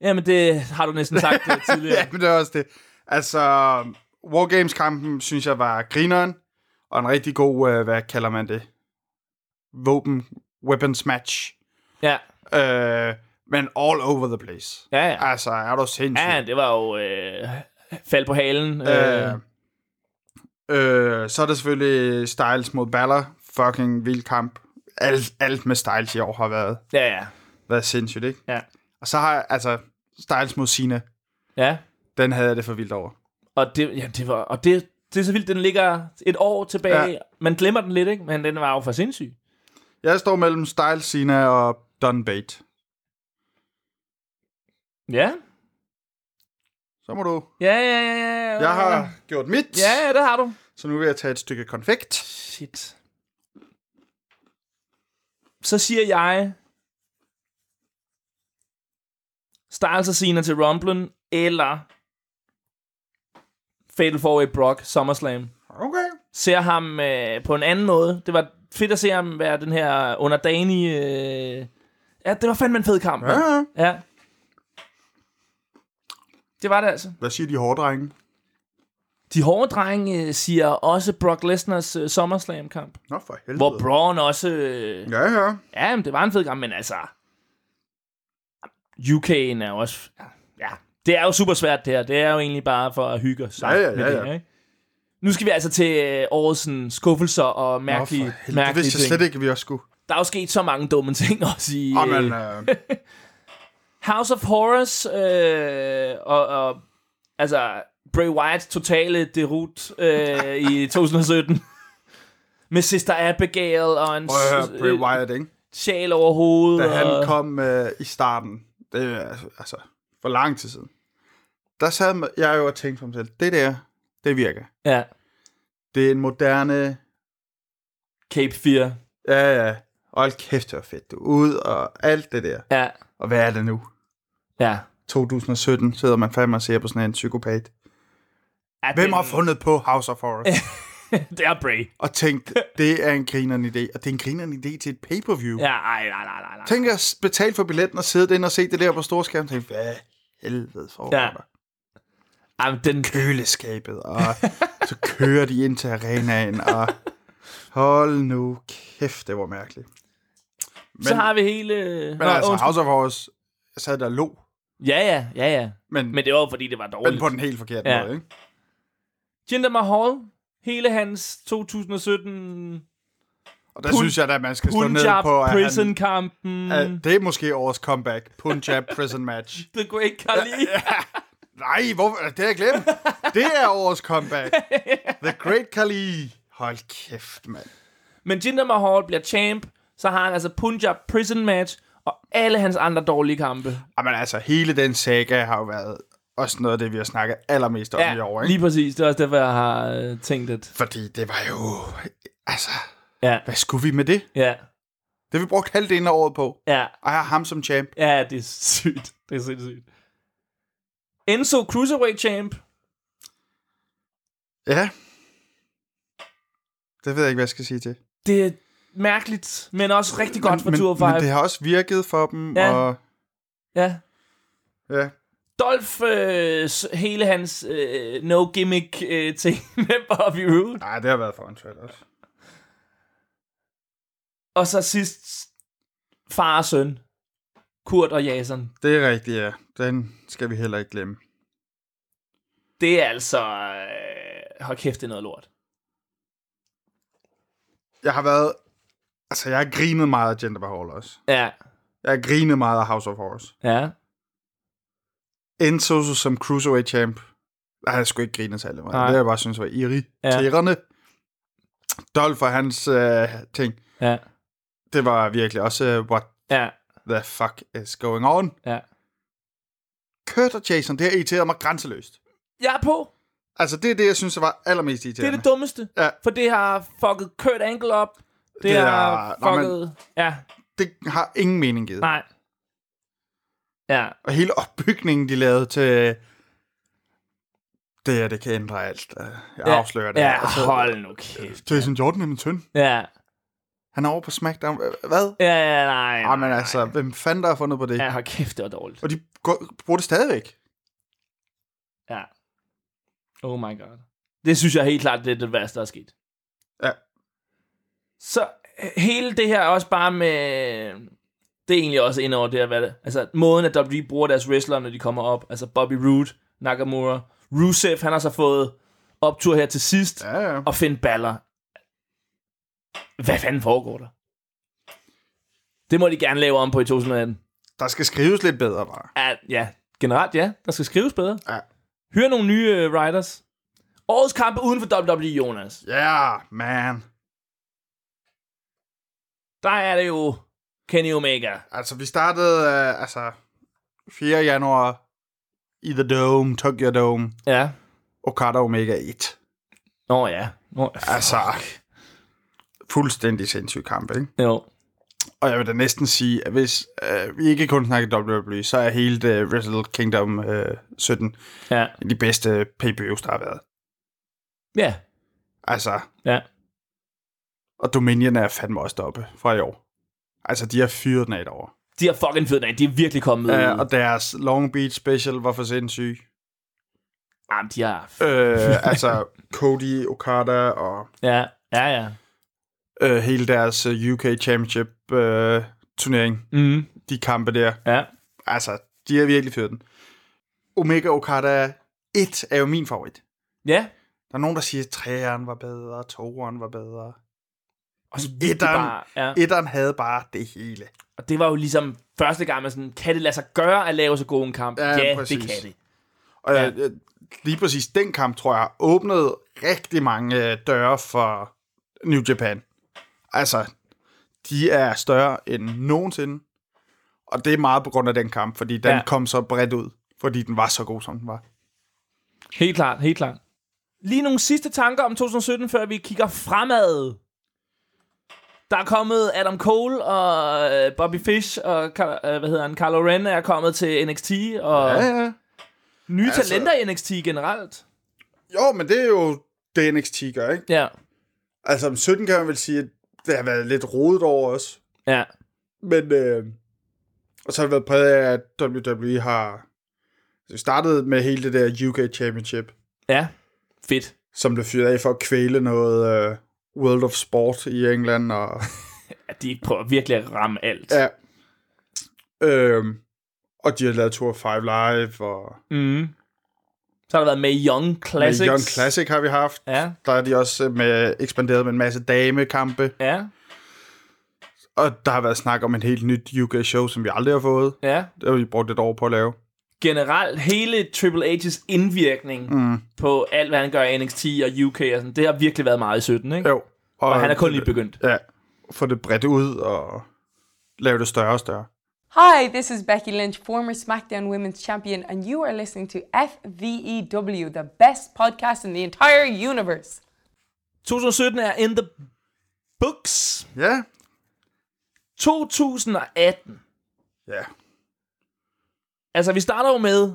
Jamen, det har du
*laughs*
næsten sagt øh, tidligere.
Ja, men det er også det. Altså, Wargames-kampen, synes jeg, var grineren. Og en rigtig god, øh, hvad kalder man det? Våben, weapons match.
ja.
Øh, men all over the place.
Ja, ja.
Altså, er du sindssyg?
ja, det var jo øh, fald på halen. Øh,
Øh, øh, så er der selvfølgelig Styles mod Balor. Fucking vild kamp. Alt, alt med Styles i år har været,
ja, ja.
været sindssygt, ikke?
Ja.
Og så har jeg, altså, Styles mod Cena.
ja.
Den havde jeg det for vildt over.
Og, det, ja, det, var, og det, det er så vildt, den ligger et år tilbage.
Ja.
Ja. Man glemmer den lidt, ikke? Men den var jo for sindssyg.
Jeg står mellem Styles, Cena og Don Bate.
Ja.
Så må du
Ja, ja, ja. ja.
Jeg har gjort mit,
Ja, ja, det har du.
så nu vil jeg tage et stykke konfekt.
Shit. Så siger jeg... Styles og Cena til Rumblen, eller Fatal 4-Way Brock, SummerSlam.
Okay.
Ser ham øh, på en anden måde. Det var fedt at se ham være den her underdanige... Øh... Ja, det var fandme en fed kamp.
Ja,
mand.
ja.
ja. Det var det altså.
Hvad siger de hårde drenge?
De hårde drenge øh, siger også Brock Lesnars øh, SummerSlam-kamp.
Nå for helvede.
Hvor Braun også... Øh,
Ja, ja.
ja, men det var en fed kamp, men altså... UK'en er jo også... Ja, det er jo super svært det her. Det er jo egentlig bare for at hygge os.
Ja, ja,
med
ja,
det
ja.
her, ikke? Nu skal vi altså til øh, årets sådan, skuffelser og mærkelige,
Nå for helvede. Det
mærkelige
vidste
ting.
jeg slet ikke, vi også skulle.
Der er jo sket så mange dumme ting *laughs* også i...
Åh, men
øh,
øh,
House of Horrors øh, og, og... Altså, Bray Wyatts totale derut øh,
*laughs*
i 2017. Med Sister Abigail og en...
prøv at høre,
s- *laughs*
Bray
øh,
Wyatt, ikke?
sjæl over hovedet.
Da han
og...
kom øh, i starten, det er altså for lang tid siden, der sad jeg jo og tænkte for mig selv, det der, det virker.
Ja,
Det er en moderne
Cape Fear.
Ja, ja. Hold kæft, det var fedt. Du er ud og alt det der.
Ja,
Og hvad er det nu?
ja.
2017 sidder man fandme og ser på sådan en psykopat.
Ja,
Hvem
den-
har fundet på House of Horrors?
*laughs* det er Bray.
og tænkt, det er en grineren idé. Og det er en grineren idé til et pay-per-view.
Ja, ej, nej, nej, nej, nej.
Tænk at s- betale for billetten og sidde derinde og se det der på storskærmen. Tænk, hvad helvede for
Ja.
ja.
Jamen, den,
Køleskabet, og så kører de ind til arenaen, og hold nu kæft, det var mærkeligt. Men,
så har vi hele... øh,
men
nå,
altså,
undskyld.
House of Horrors jeg sad der og lo,
Ja, ja, ja, ja.
men, men,
Men det var jo, fordi, det var
men
dårligt.
på den helt forkerte
Ja.
ja. måde, ikke?
Jinder Mahal, hele hans 2017
Og der
Pun-
synes jeg da, at man skal slå ned
Punjab
på, at, han,
Prison-kampen.
at det er måske årets comeback, Punjab Prison Match.
The Great Khali.
Nej, hvorfor? det har jeg glemt. Det er årets
*laughs*
comeback. The Great Khali. Hold kæft, mand.
Men Jinder Mahal bliver champ, så har han altså Punjab Prison Match og alle hans andre dårlige kampe.
Jamen altså, hele den saga har jo været også noget af det, vi har snakket allermest om i år, ikke?
lige præcis. Det er også derfor, jeg har øh, tænkt det.
Fordi det var jo... Altså,
Ja,
hvad skulle vi med det?
ja,
Det har vi brugt halvdelen af året på.
ja.
Og jeg har ham som champ.
Ja, det er sygt. Det er sindssygt. Enzo Cruiserweight champ.
Ja. Det ved jeg ikke, hvad jeg skal sige til.
Det er mærkeligt, men også rigtig godt for
men,
Tour 5.
men det har også virket for dem,
Ja.
ja. og...
Ja.
Ja.
Dolph, øh, s- hele hans øh, no gimmick øh, ting *laughs* med Bobby Roode.
Nej, det har været for en også.
Og så sidst far og søn. Kurt og Jason.
Det er rigtigt, ja. Den skal vi heller ikke glemme.
Det er altså... Øh, hold kæft, det er noget lort.
Jeg har været... Altså, jeg har grinet meget af Gender Hall også.
Ja.
Jeg har grinet meget af House of Horrors.
Ja.
Enzo som Cruiserweight champ. Nej, jeg skulle ikke grine særlig meget.
Nej.
Nej. Det jeg bare synes var irriterende. Ja. Dolph og hans øh, ting.
Ja.
Det var virkelig også, øh, what
Ja.
the fuck is going on?
Ja.
Kurt og Jason, det har irriteret mig grænseløst.
Jeg er på.
Altså, det er det, jeg synes, der var allermest
Det er
irriterende.
det dummeste.
Ja.
For det har fucket Kurt Angle op. Det,
Det er-
har
Nå, men-
fucket... Ja,
det har ingen mening givet.
nej. Ja,
Og hele opbygningen, de lavede til... Det her, det kan ændre alt. Øh, Jeg
Ja.
afslører det.
ja
her. Altså,
hold nu kæft.
Jason Jordan er min søn.
Ja,
Han er over på SmackDown. Hvad?
ja, ja nej. nej.
Jamen altså, hvem fanden der har fundet på det?
Ja, hold kæft, det var dårligt.
Og de går, bruger det stadigvæk.
Ja. Oh my god. Det synes jeg helt klart, det er det værste, der er sket.
Ja.
Så øh, hele det her også bare med... Det er egentlig også ind over det her, hvad det Altså, måden, at WWE bruger deres wrestlere, når de kommer op. Altså, Bobby Roode, Nakamura, Rusev, han har så fået optur her til sidst.
Ja, ja.
Og Finn Balor. Hvad fanden foregår der? Det må de gerne lave om på i 2018.
Der skal skrives lidt bedre, bare.
Ja, ja. generelt ja. Der skal skrives bedre.
Ja.
Hør nogle nye øh, writers. Årets kampe uden for WWE, Jonas.
Yeah, man.
Der er det jo Kenny Omega.
Altså, vi startede, øh, altså, 4. januar i The Dome, Tokyo Dome,
Ja.
Okada Omega 1.
Nå ja. Nå,
Altså, fuldstændig sindssyg kamp, ikke?
jo.
Og jeg vil da næsten sige, at hvis øh, vi ikke kun snakker WWE, så er hele det Wrestle Kingdom øh, 17
Ja.
de bedste pay-per-views, der har været.
Ja.
Altså,
Ja.
og Dominion er fandme også deroppe fra i år. Altså, de har fyret den af et år.
De har fucking fedt af. De er virkelig kommet ud.
Øh, og deres Long Beach special var for sindssyg.
Jamen, de har...
Øh, altså Cody, Okada og
Ja. Ja, ja.
øh, hele deres øh, UK Championship øh, turnering.
Mm.
De kampe der.
Ja.
Altså, de har virkelig fyret den. Omega Okada 1 er jo min favorit.
Ja.
Der er nogen, der siger, at 3'eren var bedre, 2'eren var bedre. Og så
Det er bare,
1'eren,
ja.
1'eren havde bare det hele.
Og det var jo ligesom første gang, man sådan, kan det lade sig gøre at lave så god en kamp?
Ja,
ja
præcis.
det kan det.
Og
Ja.
ja. jeg, lige præcis den kamp, tror jeg, åbnede rigtig mange øh, døre for New Japan. Altså, de er større end nogensinde. Og det er meget på grund af den kamp, fordi den
Ja.
ja. kom så bredt ud. Fordi den var så god, som den var.
Helt klart, helt klart. Lige nogle sidste tanker om 2017, før vi kigger fremad. Der er kommet Adam Cole og øh, Bobby Fish og Car- øh, hvad hedder han, Carlo Ren er kommet til NXT og
Ja, ja.
nye
altså-
talenter i NXT generelt.
Jo, men det er jo det NXT gør, ikke?
Ja,
Altså om 17 kan man vel sige, at det har været lidt rodet over os.
ja,
Men, øh, og så har det været præget af, at WWE har altså, startet med hele det der UK Championship,
ja. Fedt.
som blev fyret af for at kvæle noget øh, World of Sport i England. Og,
Ja, de prøver virkelig at ramme alt.
ja. *laughs* øhm, og de har lavet Tour 5 Live, og
Mm. Så har der været Mae Young Classics.
Young Classic har vi haft.
Ja.
Der er de også øh, med, ekspanderet med en masse damekampe.
Ja,
Og der har været snak om en helt nyt UK-show, som vi aldrig har fået.
ja.
Det har vi brugt et år på at lave.
Generelt hele Triple H's indvirkning mm. på alt, hvad han gør i NXT og UK og sådan, det har virkelig været meget i 17, ikke?
Jo.
Og han er kun lige begyndt.
Ja, få det bredt ud og lave det større og større.
Hi, this is Becky Lynch, former SmackDown Women's Champion, and you are listening to FVEW, the best podcast in the entire universe.
2017 er in the books.
Ja.
2018.
Ja.
Altså, vi starter jo med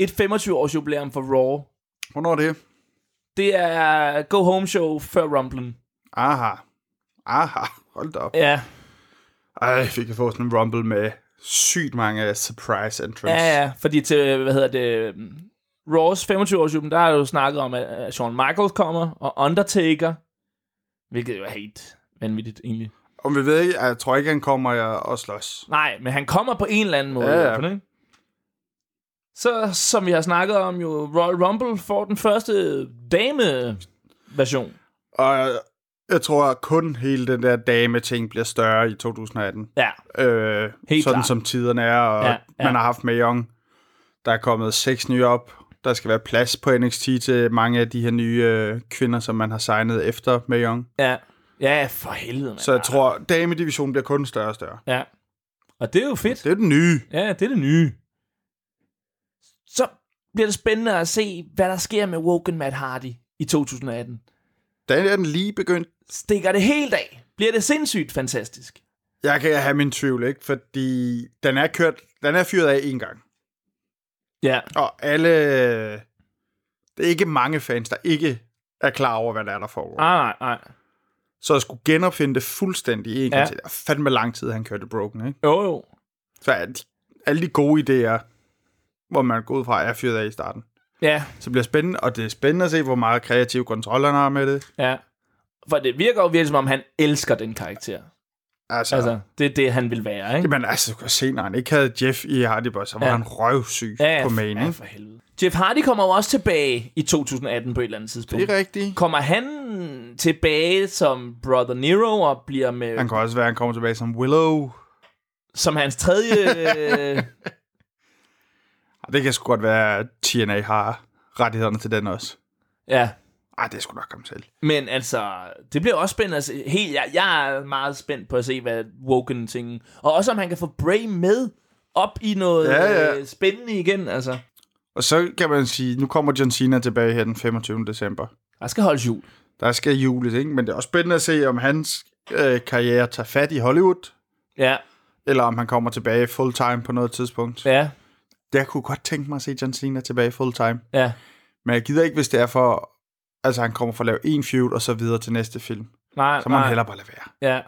et 25-års jubilæum for Raw.
Hvornår er det?
Det er Go Home Show før Rumblen.
Aha. Aha. Hold da op.
Ja,
Ej, vi kan få sådan en rumble med sygt mange surprise entrance.
ja, ja. Fordi til, hvad hedder det, mm, Raws 25-års jubilæum, der har jeg jo snakket om, at øh, Shawn Michaels kommer, og Undertaker, hvilket jo er helt vanvittigt egentlig.
Og vi ved ikke, jeg tror ikke, han kommer og- og slås.
Nej, men han kommer på en eller anden måde.
Ja, ja.
Ja, ja. Ikke? Så, som vi har snakket om, jo Royal Rumble får den første dame-version.
Og jeg tror at kun hele den der dame-ting bliver større i 2018.
Ja,
Øh,
Helt
sådan
klart.
som tiderne er, og
Ja,
ja,
ja.
ja. man har haft med Young. Der er kommet seks nye op. Der skal være plads på NXT til mange af de her nye øh, kvinder, som man har signet efter med Young.
ja. Ja, for helvede, mand.
Så jeg tror, damedivisionen bliver kun større og større.
Ja. Og det er jo fedt.
Det er den nye.
Ja, det er det nye. Så bliver det spændende at se, hvad der sker med Woken Matt Hardy i 2018.
Den er den lige begyndt.
Stikker det helt af? Bliver det sindssygt fantastisk?
Jeg kan have min tvivl, ikke? Fordi den er kørt, den er fyret af en gang.
Ja,
Og alle... Det er ikke mange fans, der ikke er klar over, hvad der er, der foregår.
nej, nej, nej.
Så jeg skulle genopfinde det fuldstændig. Ikke?
Ja.
Ja. Det er fandme lang tid, han kørte Broken, ikke?
Jo, jo.
Så alle de, alle de gode idéer, hvor man går ud fra, er fyret af i starten.
Ja,
Så det bliver spændende, og det er spændende at se, hvor meget kreativ kontrol han har med det.
ja. For det virker jo virkelig, som om han elsker den karakter.
Altså, altså.
Altså, det er det, han vil være, ikke?
Jamen altså, du kan se, når han ikke havde Jeff i Hardy Boys, så var
Ja.
ja. han røvsyg
Ja,
på
f-
main,
ja,
ikke?
for helvede. Jeff Hardy kommer jo også tilbage i 2018 på et eller andet tidspunkt.
Det er rigtigt.
Kommer han tilbage som Brother Nero og bliver med...
Han kan også være, at han kommer tilbage som Willow.
som hans tredje... øh,
Og det kan sgu godt være, at TNA har rettighederne til den også.
ja,
Ej, det skulle nok komme selv.
men altså, det bliver også spændende at se. Helt, jeg, jeg er meget spændt på at se, hvad Woken ting Og også om han kan få Bray med op i noget
Ja, ja.
Øh, spændende igen, altså.
Og så kan man sige, nu kommer John Cena tilbage her den 25. december.
Der skal holdes jul.
Der skal jules, ikke? Men det er også spændende at se, om hans øh, karriere tager fat i Hollywood,
Ja,
eller om han kommer tilbage full-time på noget tidspunkt. Ja.
ja,
Jeg kunne godt tænke mig at se John Cena tilbage full-time.
ja.
Men jeg gider ikke, hvis det er for... Altså, han kommer for at lave en feud, og så videre til næste film.
Nej,
Så må
nej,
han hellere bare lade være.
Ja.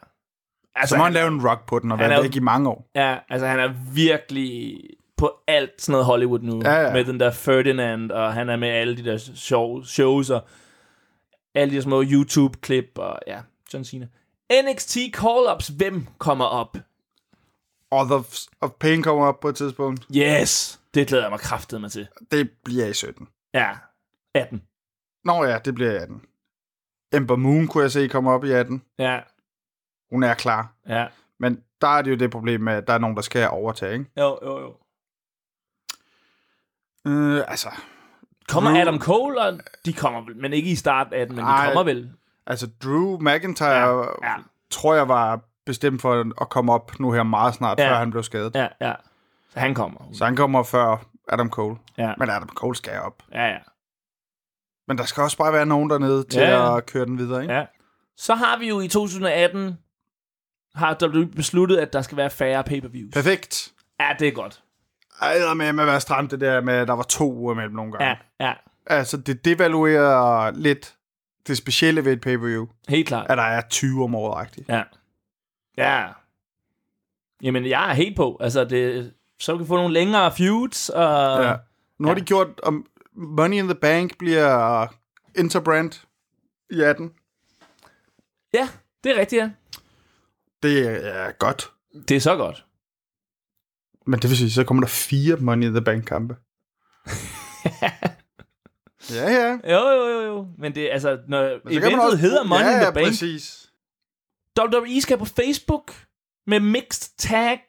Altså, så må han, lave en rock på den, og
han
være
er jo-
væk i mange år.
Ja, altså han er virkelig på alt sådan noget Hollywood nu.
Ja, ja.
Med den der Ferdinand, og han er med alle de der show, shows, og alle de små YouTube-klip, og ja, John Cena. NXT Call-Ups, hvem kommer op?
Others of Pain kommer op på et tidspunkt.
Yes! Det glæder jeg mig kraftet mig til.
Det bliver i 17.
Ja, 18.
Nå ja, det bliver i 18. Ember Moon kunne jeg se komme op i 18.
Ja,
Hun er klar.
ja.
Men der er det jo det problem med, at der er nogen, der skal overtage, ikke?
Jo, jo, jo.
Øh, altså,
Kommer
Nu-
Adam Cole, og de kommer vel, men ikke i start 18, men de
Ej.
kommer vel.
altså Drew McIntyre, ja,
ja.
ja. tror jeg var bestemt for at komme op nu her meget snart,
Ja.
ja. før han blev skadet. Ja.
Ja, ja. Så han kommer.
Så han kommer før Adam Cole.
Ja,
Men Adam Cole skal op.
ja, ja.
Men der skal også bare være nogen dernede til
Ja, ja.
at køre den videre, ikke?
Ja. Så har vi jo i 2018, har WWE besluttet, at der skal være færre pay-per-views.
Perfekt.
Ja, det er godt.
Ej, med at være stramt det der med, at der var to uger mellem nogle gange.
Ja, ja.
Altså, det devaluerer lidt det specielle ved et pay-per-view,
Helt klart.
at der er 20 om året
Ja. Ja. Jamen, jeg er helt på. Altså, det, så kan vi få nogle længere feuds, og
Ja.
ja.
Nu har de gjort, om Money in the Bank bliver interbrand i 18.
ja, det er rigtigt, ja.
Det er godt.
Det er så godt.
Men det vil sige, så kommer der fire Money in the
*laughs*
Bank-kampe. ja, ja.
Jo, jo, jo, jo. Men det, altså, når
Men så kan man
eventet hedder Money
ja,
in the
Ja,
Bank,
præcis.
WWE skal på Facebook med mixed tag.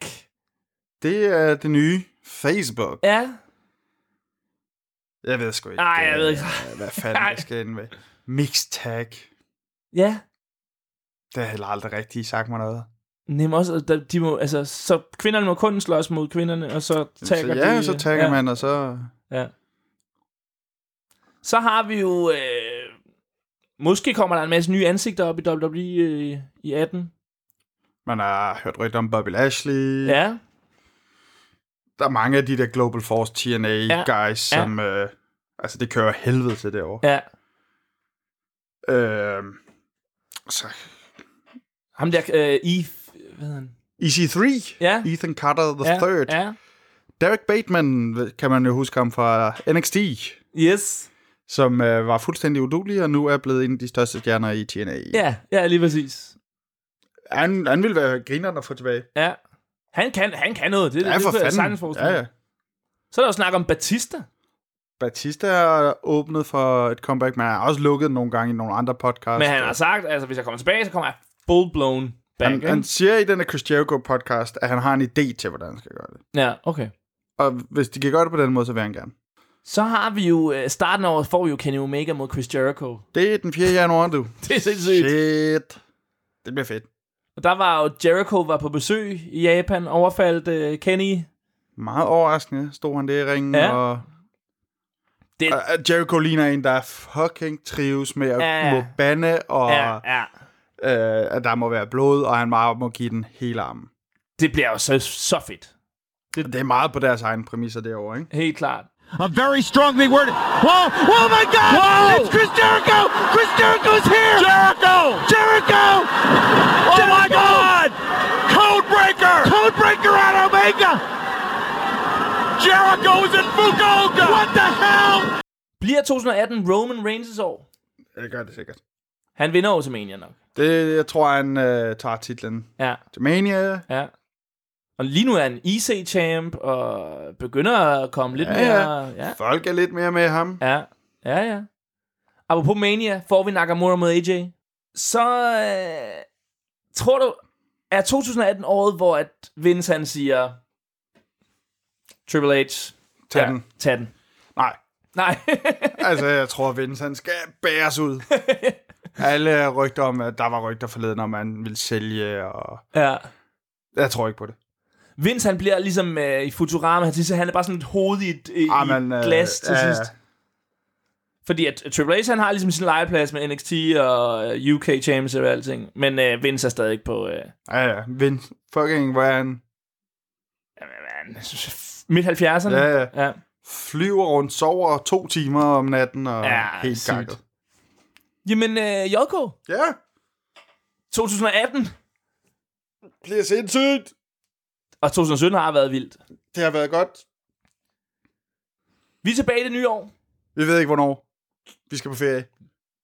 Det er det nye Facebook.
Ja,
Jeg ved sgu ikke.
Ej, jeg ved ikke.
øh, Hvad fanden
Ej.
jeg skal ind med. Mixed tag.
ja.
Det har heller aldrig rigtig sagt mig noget.
Nem også, at der- de må, altså, så kvinderne må kun slås mod kvinderne, og så tagger
så, ja,
de, øh,
så tagger
ja,
ja. man, og så...
Ja. Så har vi jo... Øh, måske kommer der en masse nye ansigter op i WWE øh, i 18.
Man har hørt rygter om Bobby Lashley.
Ja,
Der er mange af de der Global Force
Ja.
TNA-guys, ja. som... Øh, altså, det kører helvede til derovre.
ja.
Ja. Øh, så
Ham der, øh, Eve, hvad hedder han?
EC3.
Ja.
E Ethan Carter the
Ja,
Third.
ja.
Derek Bateman, kan man jo huske ham fra NXT,
Yes.
som øh, var fuldstændig udulig, og nu er blevet en af de største stjerner i TNA.
Ja, ja, lige præcis.
Han, han ville være grineren at få tilbage.
Ja. Han kan, han kan noget. Det,
Ja,
det,
for
det, det,
fanden.
ja,
ja, ja.
Så er der jo snak om Batista.
Batista har åbnet for et comeback, men han har også lukket nogle gange i nogle andre podcasts.
Men han har sagt, altså hvis jeg kommer tilbage, så kommer jeg full-blown back.
han,
ikke?
han siger i den her Chris Jericho podcast, at han har en idé til, hvordan han skal gøre det.
Ja, okay.
Og hvis de kan gøre det på den måde, så vil han gerne.
Så har vi jo, øh, starten af året får vi jo Kenny Omega mod Chris Jericho. *laughs*
Det er den 4. januar, du.
Det er sindssygt.
Shit. Det bliver fedt.
Og der var jo, Jericho var på besøg i Japan, overfaldt øh, Kenny.
Meget overraskende stod han der i ringen,
Ja.
ja. og
Det,
Og, øh, Jericho ligner en, der fucking trives med at
Ja, ja.
må bande, og
ja, ja.
øh, at der må være blod, og han bare må give den hele armen.
det bliver jo så, så fedt.
Det er meget på deres egne præmisser derovre, ikke?
Helt klart.
A very strongly worded. Whoa! Whoa, my God! Whoa! It's Chris Jericho! Chris Jericho's here! Jericho! Jericho! Oh my God! Codebreaker! Codebreaker on Omega! Jericho is in Fukuoka! What the hell?
Bliver 2018 Roman Reigns' år?
Det gør det sikkert.
Han vinder over Mania E nok.
Det, jeg tror, han øh, tager titlen
Ja,
til Mania.
ja. Og lige nu er han IC-champ, og begynder at komme lidt
Ja,
mere... Ja.
Folk er lidt mere med ham.
Ja, ja, ja. Apropos Mania, får vi Nakamura mod AJ. Så øh, tror du, er 2018 året, hvor at Vince han siger, Triple H,
Tag
ja,
den.
Tag den. *laughs*
Nej,
Nej,
altså jeg tror, Vince han skal bæres
*laughs*
ud. Alle rygter om, at der var rygter forleden, om man ville sælge, og
ja.
jeg tror ikke på det.
Vince han bliver ligesom øh, i Futurama, han, siger, han er bare sådan et hoved i et, øh,
Ah,
i
men,
et
øh,
glas til
ja, ja.
sidst. Fordi at Triple H, han har ligesom sin legeplads med NXT og øh, UK Champions og alting. Men øh, Vince er stadig på... Øh,
Ja, ja. Vince, fucking, hvor er han
midt 70'erne.
Ja, ja.
ja.
flyver rundt, sover to timer om natten og
Ja,
ja, helt
sygt.
gakket.
Jamen, øh, JK,
Ja,
2018
bliver sindssygt.
og 2017 har været vildt.
Det har været godt.
Vi er tilbage i det nye år.
Vi ved ikke, hvornår vi skal på ferie.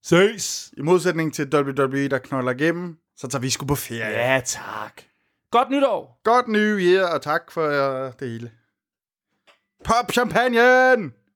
Ses.
I modsætning til WWE, der knoller igennem, så tager vi sgu på ferie.
Ja, tak. Godt nytår.
øh, Godt new year, og tak for uh, det hele. Pop champagne!